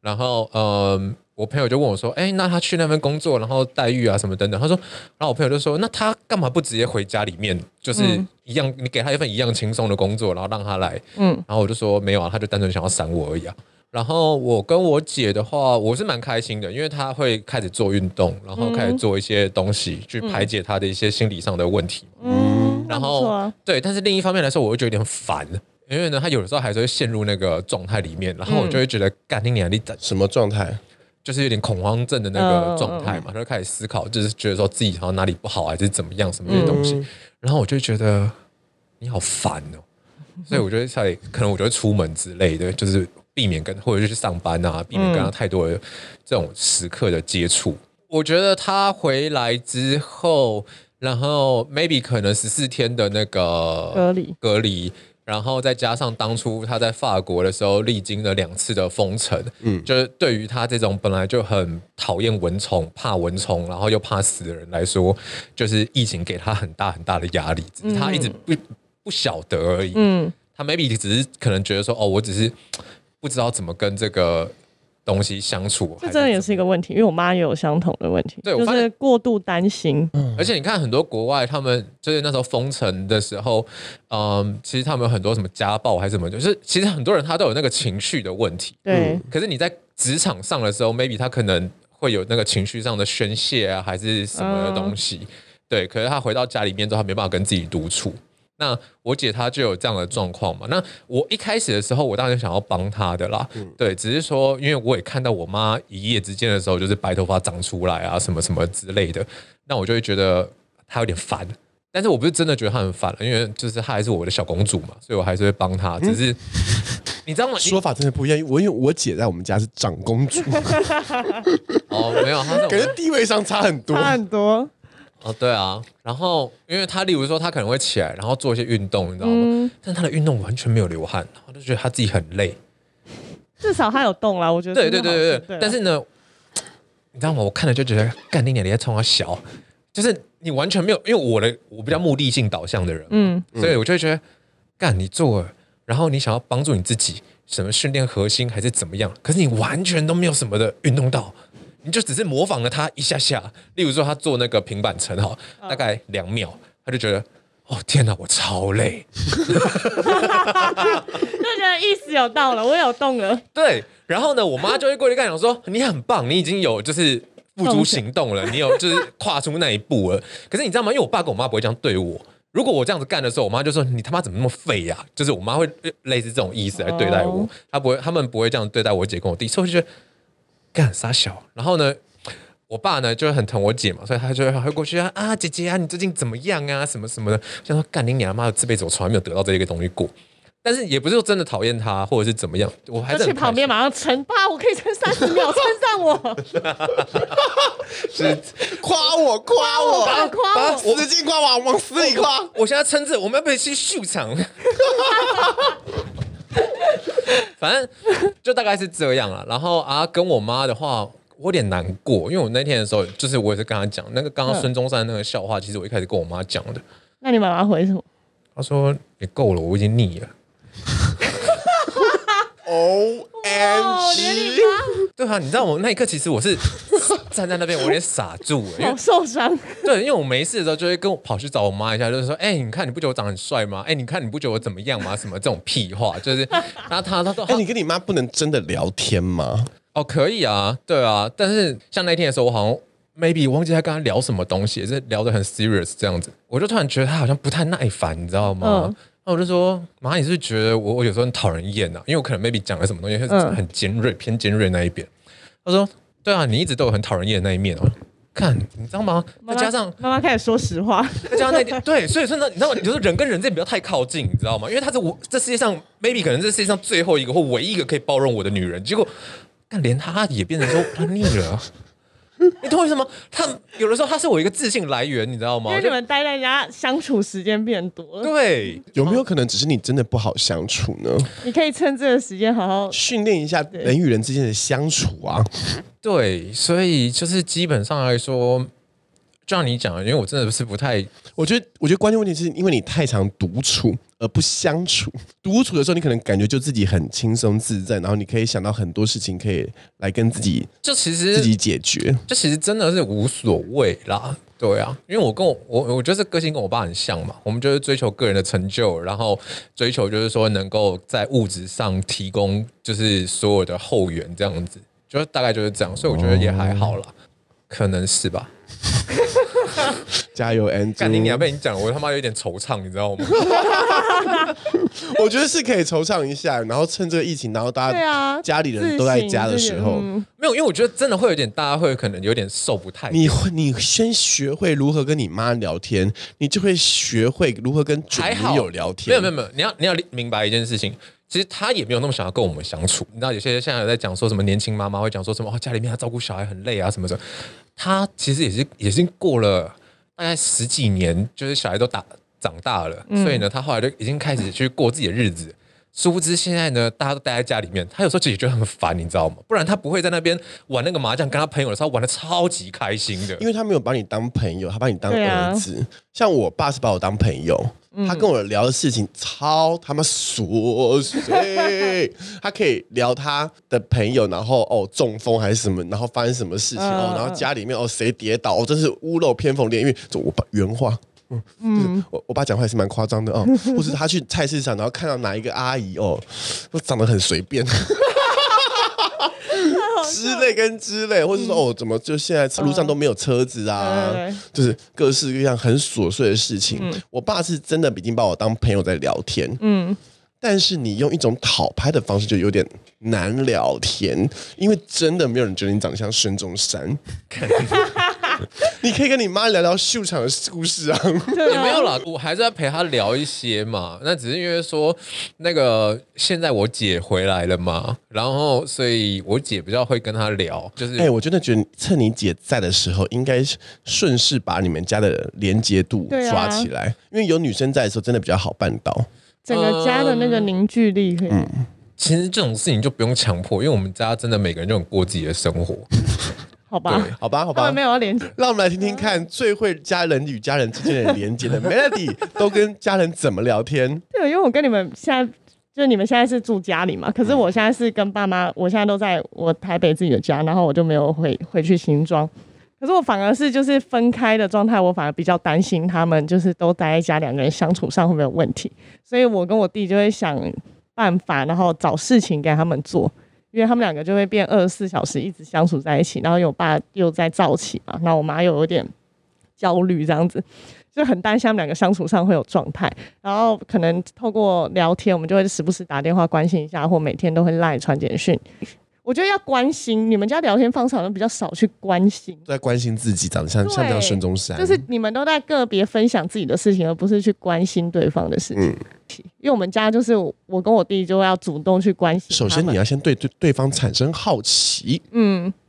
[SPEAKER 1] 然后嗯。我朋友就问我说：“哎、那他去那边工作，然后待遇啊什么等等。”他说，然后我朋友就说：“那他干嘛不直接回家里面，就是
[SPEAKER 2] 嗯
[SPEAKER 1] 一样，你给他一份一样轻松的工作，然后让他来？”嗯，然后我就说：“没有啊，他就单纯想要闪我而已啊。”然后我跟我姐的话，我是蛮开心的，因为她会开始做运动，然后
[SPEAKER 2] 嗯
[SPEAKER 1] 开始做一些东西、去排解她的一些心理上的问题。
[SPEAKER 2] 嗯，那
[SPEAKER 1] 然
[SPEAKER 2] 不
[SPEAKER 1] 后、
[SPEAKER 2] 错啊，
[SPEAKER 1] 对，但是另一方面来说，我会觉得有点烦，因为呢，他有的时候还是会陷入那个状态里面，然
[SPEAKER 2] 嗯
[SPEAKER 1] 后我就会觉得，干你娘，你咋
[SPEAKER 3] 什么状态？
[SPEAKER 1] 就是有点恐慌症的那
[SPEAKER 2] 嗯
[SPEAKER 1] 个状态嘛，他就开始思考，就是觉得说自己好像哪里不好，啊还是怎么样什么这些东
[SPEAKER 2] 嗯
[SPEAKER 1] 西，然后我就觉得你好烦 哦，所以我就会在可能我就会出门之类的，就是避免跟或者是去上班啊，避免跟他太多的这种时刻的接触。我觉得他回来之后，然后 maybe 可能十四天的那个
[SPEAKER 2] 隔离
[SPEAKER 1] 隔离。然后再加上当初他在法国的时候历经了两次的封城，嗯，就是对于他这种本来就很讨厌蚊虫、怕蚊虫，然后又怕死的人来说，就是疫情给他很大很大的压力，只是他一直
[SPEAKER 2] 嗯
[SPEAKER 1] 不、不晓得而已，嗯，他 maybe 只是可能觉得说，哦，我只是不知道怎么跟这个东西相处，
[SPEAKER 2] 这真的也
[SPEAKER 1] 还
[SPEAKER 2] 是一个问题，因为我妈也有相同的问题，
[SPEAKER 1] 对我
[SPEAKER 2] 就
[SPEAKER 1] 发
[SPEAKER 2] 是
[SPEAKER 1] 现嗯
[SPEAKER 2] 过度担心，
[SPEAKER 1] 而且你看很多国外，他们就是那时候封城的时候，嗯，其实他们很多什么家暴还是什么，就是其实很多人他都有那个情绪的问题。
[SPEAKER 2] 对，
[SPEAKER 1] 可是你在职场上的时候，maybe 他可能会有那个情绪上的宣泄啊，还是什么的东西。对，可是他回到家里面之后，他没办法跟自己独处。那我姐她就有这样的状况嘛？那我一开始的时候，我当然想要帮她的啦，对，只是说，因为我也看到我妈一夜之间的时候，就是白头发长出来啊，什么什么之类的，那我就会觉得她有点烦。但是我不是真的觉得她很烦，因为就是她还是我的小公主嘛，所以我还是会帮她。只是、你知道吗？你
[SPEAKER 3] 说法真的不一样，我因为我姐在我们家是长公 主，
[SPEAKER 1] 哦，没有，她是我
[SPEAKER 3] 感
[SPEAKER 1] 们
[SPEAKER 3] 觉地位上差很多。
[SPEAKER 2] 差很多，
[SPEAKER 1] 哦，对啊，然后因为他，例如说他可能会起来，然后做一些运动，你知道吗？但他的运动完全没有流汗，然后就觉得他自己很累。
[SPEAKER 2] 至少她有动啦，我觉得
[SPEAKER 1] 对
[SPEAKER 2] 这
[SPEAKER 1] 对对
[SPEAKER 2] 是好啊
[SPEAKER 1] 对
[SPEAKER 2] 事
[SPEAKER 1] 对，但是呢，你知道吗？我看了就觉得，干你娘，你在冲我小，哦就是你完全没有，因为我的我比较目的性导向的人，
[SPEAKER 2] 嗯
[SPEAKER 1] 嗯，所以我就会觉得，干你做了，然后你想要帮助你自己，什么训练核心还是怎么样，可是你完全都没有什么的运动到。你就只是模仿了他一下下，例如说他做那个平板撑哈，大概两秒，他就觉得，哦天哪，我超累，
[SPEAKER 2] 就觉得意思有到了，我有动了，
[SPEAKER 1] 对，然后呢，我妈就会过去跟我讲说：“ 你很棒，你已经有就是付诸行动了，你有就是跨出那一步了。”可是你知道吗？因为我爸跟我妈不会这样对我。如果我这样子干的时候，我妈就说：“你他妈怎么那么废呀、就是我妈会呃类似这种意思来对待我
[SPEAKER 2] 哦，
[SPEAKER 1] 她不会，他们不会这样对待我姐跟我弟，所以我就觉得干傻小。然后呢，我爸呢就是很疼我姐嘛，所以他就会过去啊啊，姐姐啊，你最近怎么样啊？什么什么的，想说干你娘妈的，这辈子我从来没有得到这一个东西过。但是也不是说真的讨厌他，或者是怎么样，我还
[SPEAKER 2] 就是去
[SPEAKER 1] 很
[SPEAKER 2] 旁
[SPEAKER 1] 开
[SPEAKER 2] 边
[SPEAKER 1] 心
[SPEAKER 2] 马上撑，爸，我可以撑三十秒，撑 上我，
[SPEAKER 3] 夸我，夸我，
[SPEAKER 2] 夸我夸我
[SPEAKER 3] 使劲夸我，往死里夸。
[SPEAKER 1] 我现在撑着，我们要不要去秀场？ 反正就大概是这样了。然后啊，跟我妈的话，我有点难过，因为我那天的时候，就是我也是跟她讲那个刚刚孙中山那个笑话，其实我一开始跟我妈讲的，
[SPEAKER 2] 那你妈妈回什么？
[SPEAKER 1] 她说也够了，我已经腻了。
[SPEAKER 3] O
[SPEAKER 2] 哦
[SPEAKER 3] M
[SPEAKER 2] 连你
[SPEAKER 3] G，
[SPEAKER 1] 对啊，你知道我那一刻其实我是站在那边，我有点傻住、欸，因为
[SPEAKER 2] 好受伤，
[SPEAKER 1] 对，因为我没事的时候就会跟我跑去找我妈一下，就是说，哎、你看你不觉得我长得很帅吗？哎、你看你不觉得我怎么样吗？什么这种屁话，就是，然后她她说，
[SPEAKER 3] 哎，你跟你妈不能真的聊天吗？
[SPEAKER 1] 哦，可以啊，对啊，但是像那天的时候，我好像 maybe 忘记他跟他聊什么东西，也是聊得很 serious 这样子，我就突然觉得他好像不太耐烦，你知道吗？
[SPEAKER 2] 嗯
[SPEAKER 1] 那我就说，妈，你是不是觉得我我有时候很讨人厌啊，因为我可能 maybe 讲了什么东西，
[SPEAKER 2] 嗯
[SPEAKER 1] 很尖锐，偏尖锐那一边。他说，对啊，你一直都有很讨人厌的那一面哦。看，你知道吗？
[SPEAKER 2] 妈
[SPEAKER 1] 再
[SPEAKER 2] 妈
[SPEAKER 1] 加上
[SPEAKER 2] 妈妈开始说实话，
[SPEAKER 1] 再加上那点，对，所以说呢，你知道吗？你就是人跟人之间不要太靠近，你知道吗？因为她是我这世界上 maybe 可能这世界上最后一个或唯一一个可以包容我的女人，结果但连她也变成说她腻了。你懂我意思吗？她有的时候她是我一个自信来源，你知道吗
[SPEAKER 2] 因？为你们待在家相处时间变多了，
[SPEAKER 1] 对，
[SPEAKER 3] 有没有可能只是你真的不好相处呢？
[SPEAKER 2] 你可以趁这个时间好好
[SPEAKER 3] 训练一下人与人之间的相处啊。
[SPEAKER 1] 对，所以就是基本上来说，就像你讲，的，因为我真的是不太
[SPEAKER 3] 我觉得，我觉得关键问题是因为你太常独处而不相处。独处的时候，你可能感觉就自己很轻松自在，然后你可以想到很多事情可以来跟自己
[SPEAKER 1] 就其
[SPEAKER 3] 自己
[SPEAKER 1] 实
[SPEAKER 3] 解决。
[SPEAKER 1] 就其实真的是无所谓啦。对啊，因为我跟我我我觉得这个性跟我爸很像嘛，我们就是追求个人的成就，然后追求就是说能够在物质上提供就是所有的后援这样子，就是大概就是这样，所以我觉得也还好啦，可能是吧。
[SPEAKER 3] 加油，Andrew！
[SPEAKER 1] 干你娘！被你讲，我他妈有点惆怅，你知道吗？
[SPEAKER 3] 我觉得是可以惆怅一下，然后趁这个疫情，然后大
[SPEAKER 2] 对啊
[SPEAKER 3] 家家里人都在家的时候
[SPEAKER 2] 自，省自己嗯
[SPEAKER 1] 没有，因为我觉得真的会有点，大家会可能有点受不太了。
[SPEAKER 3] 你会你先学会如何跟你妈聊天，你就会学会如何跟准
[SPEAKER 1] 还好
[SPEAKER 3] 女友聊天。
[SPEAKER 1] 没有没有没有，你要你要明白一件事情，其实他也没有那么想要跟我们相处。你知道有些现在有在讲说什么年轻妈妈会讲说什么哦家里面要照顾小孩很累啊什么什么，他其实也是也是过了大概十几年，就是小孩都打长大了，所以呢，他后来就已经开始去过自己的日子。殊不知现在呢，大家都待在家里面，他有时候自己觉得很烦，你知道吗？不然他不会在那边玩那个麻将，跟他朋友的时候玩的超级开心的
[SPEAKER 3] 因。为他没有把你当朋友，他把你当
[SPEAKER 2] 对啊嗯
[SPEAKER 3] 儿子。像我爸是把我当朋友，他跟我聊的事情超他妈琐 碎，他可以聊他的朋友，然后哦中风还是什么，然后发生什么事情、
[SPEAKER 2] 嗯
[SPEAKER 3] 哦，然后家里面哦谁跌倒，哦真是屋漏偏逢连雨，这我爸原话。嗯，我我爸讲话也是蛮夸张的哦，或是他去菜市场，然后看到哪一个阿姨哦，都长得很随便，之类跟之类，或者说、哦，怎么就现在路上都没有车子啊？
[SPEAKER 2] 嗯对嗯
[SPEAKER 3] 就是各式各样很琐碎的事情。我爸是真的已经把我当朋友在聊天，嗯。但是你用一种讨拍的方式就有点难聊天，因为真的没有人觉得你长得像孙中山。 你可以跟你妈聊聊秀场的故事啊，
[SPEAKER 1] 也没有啦，我还是在陪他聊一些嘛。那只是因为说，那个现在我姐回来了嘛，然后所以我姐比较会跟他聊，就是、
[SPEAKER 3] 哎、我真的觉得趁你姐在的时候，应该是顺势把你们家的连接度
[SPEAKER 2] 对啊
[SPEAKER 3] 抓起来，因为有女生在的时候，真的比较好办到。
[SPEAKER 2] 整个家的那
[SPEAKER 3] 呃
[SPEAKER 2] 个凝聚力可以。
[SPEAKER 3] 嗯
[SPEAKER 1] 其实这种事情就不用强迫，因为我们家真的每个人都很过自己的生活。
[SPEAKER 2] 好吧，
[SPEAKER 3] 好吧，好
[SPEAKER 2] 他
[SPEAKER 3] 吧，
[SPEAKER 2] 们没有嗯要连接，
[SPEAKER 3] 让我们来听听看最会家人与家人之间的连接 的 Melody 都跟家人怎么聊天。
[SPEAKER 2] 对，因为我跟你们现在，就你们现在是住家里嘛，可是我现在是跟爸妈，我现在都在我台北自己的家，然后我就没有回回去新庄。可是我反而是就是分开的状态，我反而比较担心他们就是都待在家，两个人相处上会不会有问题，所以我跟我弟就会想办法，然后找事情给他们做，因为他们两个就会变二十四小时一直相处在一起，然后有爸又在早起嘛，那我妈又有点焦虑这样子，就很担心他们两个相处上会有状态，然后可能透过聊天，我们就会时不时打电话关心一下，或每天都会赖传简讯。我觉得要关心，你们家聊天方式好像比较少去关心。
[SPEAKER 3] 都在关心自己长得像
[SPEAKER 2] 对
[SPEAKER 3] 像不像孙中山，
[SPEAKER 2] 就是你们都在个别分享自己的事情，而不是去关心对方的事情。
[SPEAKER 3] 嗯
[SPEAKER 2] 因为我们家就是我我跟我弟就要主动去关心他
[SPEAKER 3] 首
[SPEAKER 2] 们。嗯
[SPEAKER 3] 先你啊要先对对对方产生好奇，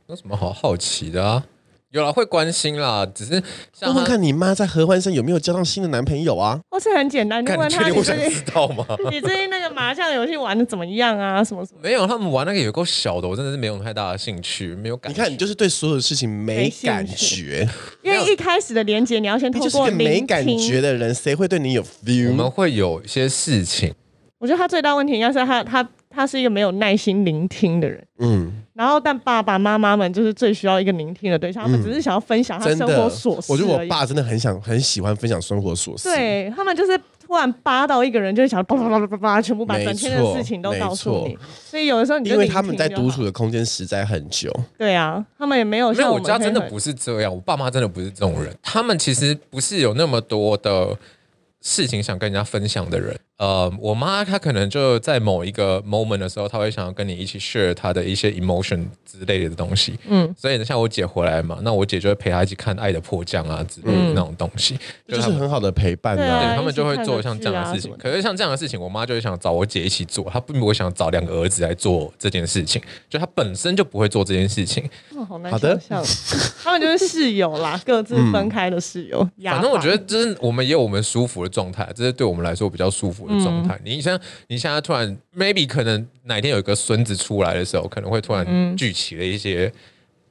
[SPEAKER 1] 有什么好好奇的啊？有啦，会关心啦，只是像他
[SPEAKER 3] 问问看你妈在合欢山有没有交到新的男朋友啊？
[SPEAKER 2] 或是很简单，就
[SPEAKER 1] 看
[SPEAKER 2] 问
[SPEAKER 1] 你
[SPEAKER 2] 他
[SPEAKER 1] 确定
[SPEAKER 2] 你
[SPEAKER 1] 我
[SPEAKER 2] 最
[SPEAKER 1] 想
[SPEAKER 2] 近
[SPEAKER 1] 知道吗？
[SPEAKER 2] 你最近那个麻将游戏玩的怎么样啊？什么什么？
[SPEAKER 1] 没有，他们玩那个有够小的，我真的是没有太大的兴趣，没有感
[SPEAKER 3] 你
[SPEAKER 1] 觉。
[SPEAKER 3] 看你就是对所有事情没
[SPEAKER 2] 没兴趣
[SPEAKER 3] 感 觉，
[SPEAKER 2] 因为一开始的连接你要先
[SPEAKER 3] 你
[SPEAKER 2] 透
[SPEAKER 3] 就是一
[SPEAKER 2] 过
[SPEAKER 3] 个没
[SPEAKER 2] 聆
[SPEAKER 3] 感觉
[SPEAKER 2] 听。
[SPEAKER 3] 的人，谁会对你有
[SPEAKER 1] 我们
[SPEAKER 3] feel？
[SPEAKER 1] 会有一些事情，
[SPEAKER 2] 我觉得他最大问题应该是他他他是一个没有耐心聆听的人。
[SPEAKER 3] 嗯，
[SPEAKER 2] 然后，但爸爸妈妈们就是最需要一个聆听的对象，他们只是想要分享他
[SPEAKER 3] 嗯真
[SPEAKER 2] 啊生活
[SPEAKER 3] 的
[SPEAKER 2] 琐，事
[SPEAKER 3] 我觉得
[SPEAKER 2] 而
[SPEAKER 3] 我
[SPEAKER 2] 已
[SPEAKER 3] 爸真的很想很喜欢分享生活琐事，
[SPEAKER 2] 对他们就是突然扒到一个人，就会想叭叭叭叭叭叭，全部把
[SPEAKER 3] 没
[SPEAKER 2] 整天的
[SPEAKER 3] 错
[SPEAKER 2] 事情都
[SPEAKER 3] 没
[SPEAKER 2] 告诉
[SPEAKER 3] 错
[SPEAKER 2] 你。所以有的时候你就
[SPEAKER 3] 因为
[SPEAKER 2] 聆
[SPEAKER 3] 他们
[SPEAKER 2] 听
[SPEAKER 3] 在
[SPEAKER 2] 就
[SPEAKER 3] 独
[SPEAKER 2] 好
[SPEAKER 3] 处，的空间实在很久，
[SPEAKER 2] 对啊，他们也没有
[SPEAKER 1] 没
[SPEAKER 2] 像
[SPEAKER 1] 有，
[SPEAKER 2] 我
[SPEAKER 1] 我
[SPEAKER 2] 们
[SPEAKER 1] 家
[SPEAKER 2] 可以
[SPEAKER 1] 真的
[SPEAKER 2] 很
[SPEAKER 1] 不是这样，我爸妈真的不是这种人，他们其实不是有那么多的事情想跟人家分享的人。呃，我妈她可能就在某一个 moment 的时候，她会想要跟你一起 share 她的一些 emotion 之类的东西。嗯，所以呢，像我姐回来嘛，那我姐就会陪她一起看《爱的迫降》啊之类的
[SPEAKER 2] 嗯
[SPEAKER 1] 那种东西，
[SPEAKER 3] 这就
[SPEAKER 1] 她
[SPEAKER 3] 是
[SPEAKER 1] 们
[SPEAKER 3] 很好的陪伴
[SPEAKER 2] 对
[SPEAKER 3] 啊
[SPEAKER 2] 啊。
[SPEAKER 1] 对他
[SPEAKER 2] 一
[SPEAKER 1] 们
[SPEAKER 2] 起
[SPEAKER 1] 就会
[SPEAKER 2] 看
[SPEAKER 1] 做
[SPEAKER 2] 个
[SPEAKER 1] 像
[SPEAKER 2] 剧
[SPEAKER 1] 这样
[SPEAKER 2] 啊
[SPEAKER 1] 的事
[SPEAKER 2] 什
[SPEAKER 1] 情
[SPEAKER 2] 么。的
[SPEAKER 1] 可是像这样的事情，我妈就会想找我姐一起做，她并不会想找两个儿子来做这件事情，就她本身就不会做这件事情。
[SPEAKER 2] 哦好难
[SPEAKER 3] 好的嗯
[SPEAKER 2] 想象他们就是室友啦，各自分开的室友。
[SPEAKER 1] 反正我觉
[SPEAKER 2] 得
[SPEAKER 1] 得，就是我们也有我们舒服的状态，这是对我们来说比较舒服的状
[SPEAKER 2] 嗯
[SPEAKER 1] 态。你像你现在突然，maybe 可能哪天有一个孙子出来的时候，可能会突然聚起了一些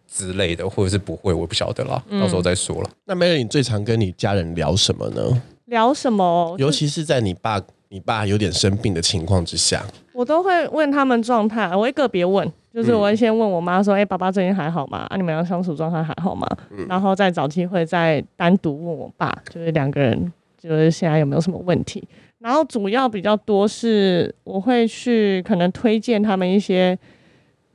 [SPEAKER 1] 之类的，或者是不会，我也不晓得
[SPEAKER 2] 嗯
[SPEAKER 1] 啦，到时候再说了。
[SPEAKER 3] 那 Mary，你最常跟你家人聊什么呢？
[SPEAKER 2] 聊什么？哦
[SPEAKER 3] 尤其是在你爸你爸有点生病的情况之下，
[SPEAKER 2] 我都会问他们状态，我会个别问，就是
[SPEAKER 3] 嗯
[SPEAKER 2] 我会先问我妈说：“哎、爸爸最近还好吗？啊，你们俩相处状态还好吗？”
[SPEAKER 3] 嗯
[SPEAKER 2] 然后再找机会再单独问我爸，就是两个人就是现在有没有什么问题。然后主要比较多是我会去可能推荐他们一些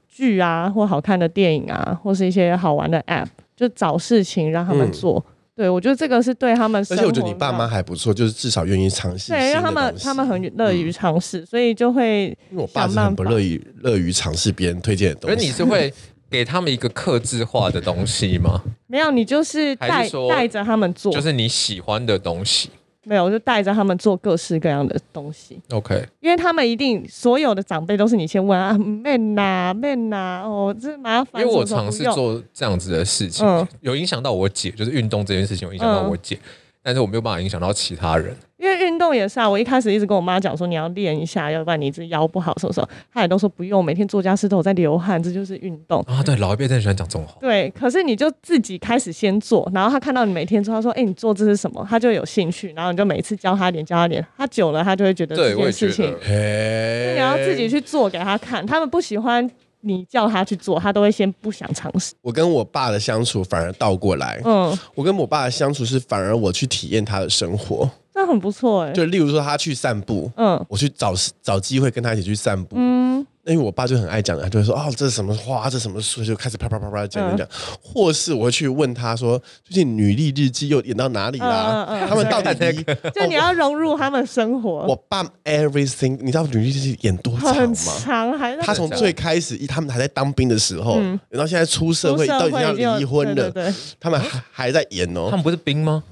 [SPEAKER 2] 剧啊，或好看的电影啊，或是一些好玩的 App，就找事情让他们
[SPEAKER 3] 嗯
[SPEAKER 2] 做。对，我觉得这个是对他们。
[SPEAKER 3] 而且我觉得你爸妈。还不错，就是至少愿意尝试新的
[SPEAKER 2] 对，因为他们
[SPEAKER 3] 东西嗯
[SPEAKER 2] 他们很乐于尝试，所以就会
[SPEAKER 3] 因为我爸是很不乐意乐于尝试别人推荐的
[SPEAKER 1] 可是
[SPEAKER 3] 东
[SPEAKER 1] 你
[SPEAKER 3] 西。
[SPEAKER 1] 是会给他们一个克制化的东西 吗？
[SPEAKER 2] 没有，你就是
[SPEAKER 1] 还
[SPEAKER 2] 带
[SPEAKER 1] 是说
[SPEAKER 2] 带着他们做，
[SPEAKER 1] 就是你喜欢的东西。
[SPEAKER 2] 没有，我就带着他们做各式各样的东西，
[SPEAKER 1] OK，
[SPEAKER 2] 因为他们一定所有的长辈都是你先问啊，man 呐，man 呐，哦，这麻
[SPEAKER 1] 因
[SPEAKER 2] 烦，
[SPEAKER 1] 为我
[SPEAKER 2] 什么
[SPEAKER 1] 尝
[SPEAKER 2] 时
[SPEAKER 1] 试
[SPEAKER 2] 候不用，
[SPEAKER 1] 做这样子的事情，
[SPEAKER 2] 嗯
[SPEAKER 1] 有影响到我姐，就是运动这件事情有影响到我姐，但是我没有办法影响到其他人。
[SPEAKER 2] 因为运动也是啊，我一开始一直跟我妈讲说你要练一下，要不然你这腰不好什么什么，她也都说不用，每天做家事都有在流汗，这就是运动。
[SPEAKER 1] 啊，对，老一辈真的喜欢讲这种话。
[SPEAKER 2] 对，可是你就自己开始先做，然后他看到你每天做，他说：“哎、你做这是什么？”他就有兴趣，然后你就每次教他一点，教他一点，他久了他就会觉得
[SPEAKER 1] 对，
[SPEAKER 2] 这
[SPEAKER 1] 我也觉
[SPEAKER 2] 件事情
[SPEAKER 1] 得，
[SPEAKER 3] 嘿
[SPEAKER 2] 你要自
[SPEAKER 3] 呃
[SPEAKER 2] 己。去做给他看，他们不喜欢你叫他去做，他都会先不想尝试。
[SPEAKER 3] 我跟我爸的相处反而倒过来，
[SPEAKER 2] 嗯，
[SPEAKER 3] 我跟我爸的相处是反而我去体验他的生活，
[SPEAKER 2] 这样很不错哎、
[SPEAKER 3] 就例如说他去散步。
[SPEAKER 2] 嗯
[SPEAKER 3] 我去找找机会跟他一起去散步，
[SPEAKER 2] 嗯，
[SPEAKER 3] 因为我爸就很爱讲的，他就会说哦，这是什么花，这是什么树，就开始啪啪啪啪讲
[SPEAKER 2] 嗯
[SPEAKER 3] 讲讲，或是我会去问他说，最近《女力日记》又演到哪里
[SPEAKER 2] 嗯
[SPEAKER 3] 啦、
[SPEAKER 2] 嗯嗯
[SPEAKER 3] 他们到底离、
[SPEAKER 2] 就你要融入他们生活，
[SPEAKER 3] 我爸 everything，你知道《女力日记》演多长
[SPEAKER 2] 很
[SPEAKER 3] 吗？
[SPEAKER 2] 长，还在
[SPEAKER 3] 他从最开始，一他们还在当兵的时候，然后现在出社
[SPEAKER 2] 嗯出
[SPEAKER 3] 会，
[SPEAKER 2] 社
[SPEAKER 3] 都已经
[SPEAKER 2] 会
[SPEAKER 3] 要
[SPEAKER 2] 就
[SPEAKER 3] 离婚
[SPEAKER 2] 对
[SPEAKER 3] 了，
[SPEAKER 2] 对对
[SPEAKER 3] 他们还还在演哦
[SPEAKER 1] 他。们不是兵吗？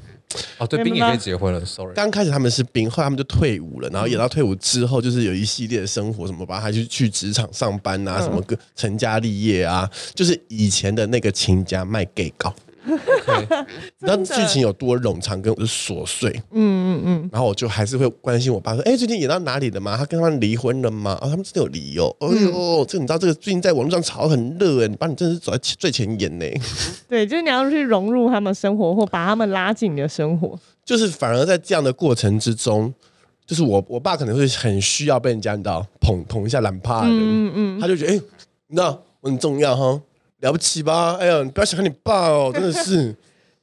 [SPEAKER 1] 哦，对，
[SPEAKER 2] 没
[SPEAKER 1] 兵也可
[SPEAKER 2] 吗
[SPEAKER 1] 以结婚了。Sorry，
[SPEAKER 3] 刚开始他们是兵，后来他们就退伍了，
[SPEAKER 2] 嗯
[SPEAKER 3] 然后演到退伍之后，就是有一系列的生活，什么把他去去职场上班
[SPEAKER 2] 嗯
[SPEAKER 3] 啊，什么个成家立业啊，就是以前的那个情家卖 gay 稿， 你知道
[SPEAKER 2] 真的
[SPEAKER 3] 剧情有多冗长跟琐碎，
[SPEAKER 2] 嗯嗯嗯，
[SPEAKER 3] 然后我就还是会关心我爸说，哎、最近演到哪里了吗？他跟他们离婚了吗？哦，他们真的有离哦，哎
[SPEAKER 2] 嗯
[SPEAKER 3] 呦，这个你知道这个最近在网络上炒很热哎，你爸你真的是走在前最前沿呢。
[SPEAKER 2] 对，就是你要去融入他们生活，或把他们拉进你的生活。
[SPEAKER 3] 就是反而在这样的过程之中，就是我我爸可能会很需要被人家你知道捧捧一下懒趴的人，
[SPEAKER 2] 嗯嗯，
[SPEAKER 3] 他就觉得哎、你知道我很重要哈，了不起吧？哎呀，你不要小看你爸哦，真的是，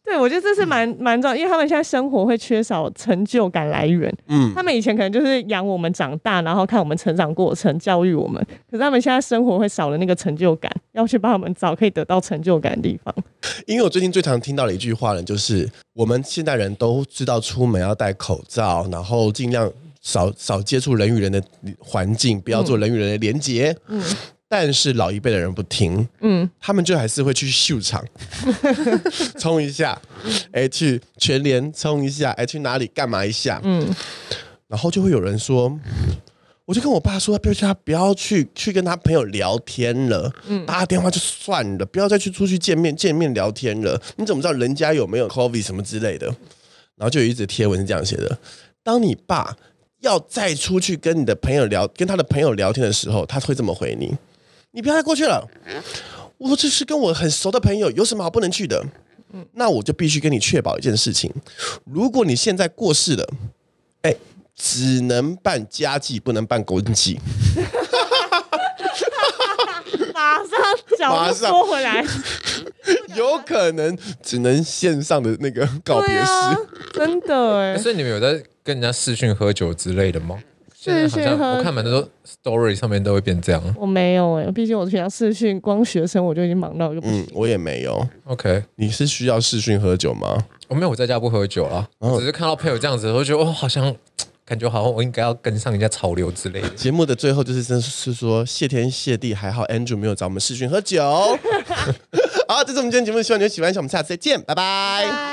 [SPEAKER 2] 对，我觉得这是
[SPEAKER 3] 嗯
[SPEAKER 2] 蛮蛮重要，因为他们现在生活会缺少成就感来源。
[SPEAKER 3] 嗯，
[SPEAKER 2] 他们以前可能就是养我们长大，然后看我们成长过程，教育我们。可是他们现在生活会少了那个成就感，要去帮他们找可以得到成就感的地方。
[SPEAKER 3] 因为我最近最常听到的一句话呢，就是我们现代人都知道出门要戴口罩，然后尽量少少接触人与人的环境，不要做人与人的连结。嗯，但是老一辈的人不听，
[SPEAKER 2] 嗯，
[SPEAKER 3] 他们就还是会去秀 场，冲一下，哎、去全联冲一下，哎、去哪里干嘛一下，嗯，然后就会有人说。我就跟我爸说，不要叫他不要去去跟他朋友聊天了，打打电话就算了，不要再去出去见面见面聊天了。你怎么知道人家有没有 COVID 什么之类的？然后就有一则贴文是这样写的：当你爸要再出去跟你的朋友聊，跟他的朋友聊天的时候，他会这么回你：“你不要再过去了。”我说：“这是跟我很熟的朋友，有什么好不能去的？”那我就必须跟你确保一件事情：如果你现在过世了，哎，只能办家祭，不能办公祭。
[SPEAKER 2] 马上
[SPEAKER 3] 马
[SPEAKER 2] 脚
[SPEAKER 3] 上
[SPEAKER 2] 缩回来，
[SPEAKER 3] 有可能只能线上的那个告别
[SPEAKER 2] 对
[SPEAKER 3] 式。
[SPEAKER 2] 啊，真的哎、
[SPEAKER 1] 所以你们有在跟人家视讯喝酒之类的吗？
[SPEAKER 2] 视讯喝
[SPEAKER 1] 现在好像我看蛮多 story 上面都会变这样。
[SPEAKER 2] 我没有哎、毕竟我平常视讯光学生我就已经忙到一个不行。
[SPEAKER 3] 嗯，我也没有。
[SPEAKER 1] OK，哦
[SPEAKER 3] 你是需要视讯喝酒吗？
[SPEAKER 1] 我没有，我在家不喝酒啦，我只是看到朋友这样子，我就觉得哦，好像感觉好像我应该要跟上人家潮流之类的。
[SPEAKER 3] 节目的最后就是真是说谢天谢地，还好 Andrew 没有 找我们视讯喝酒。好，这是我们今天节目，希望你们喜欢，我们下次再见，拜拜。
[SPEAKER 2] 拜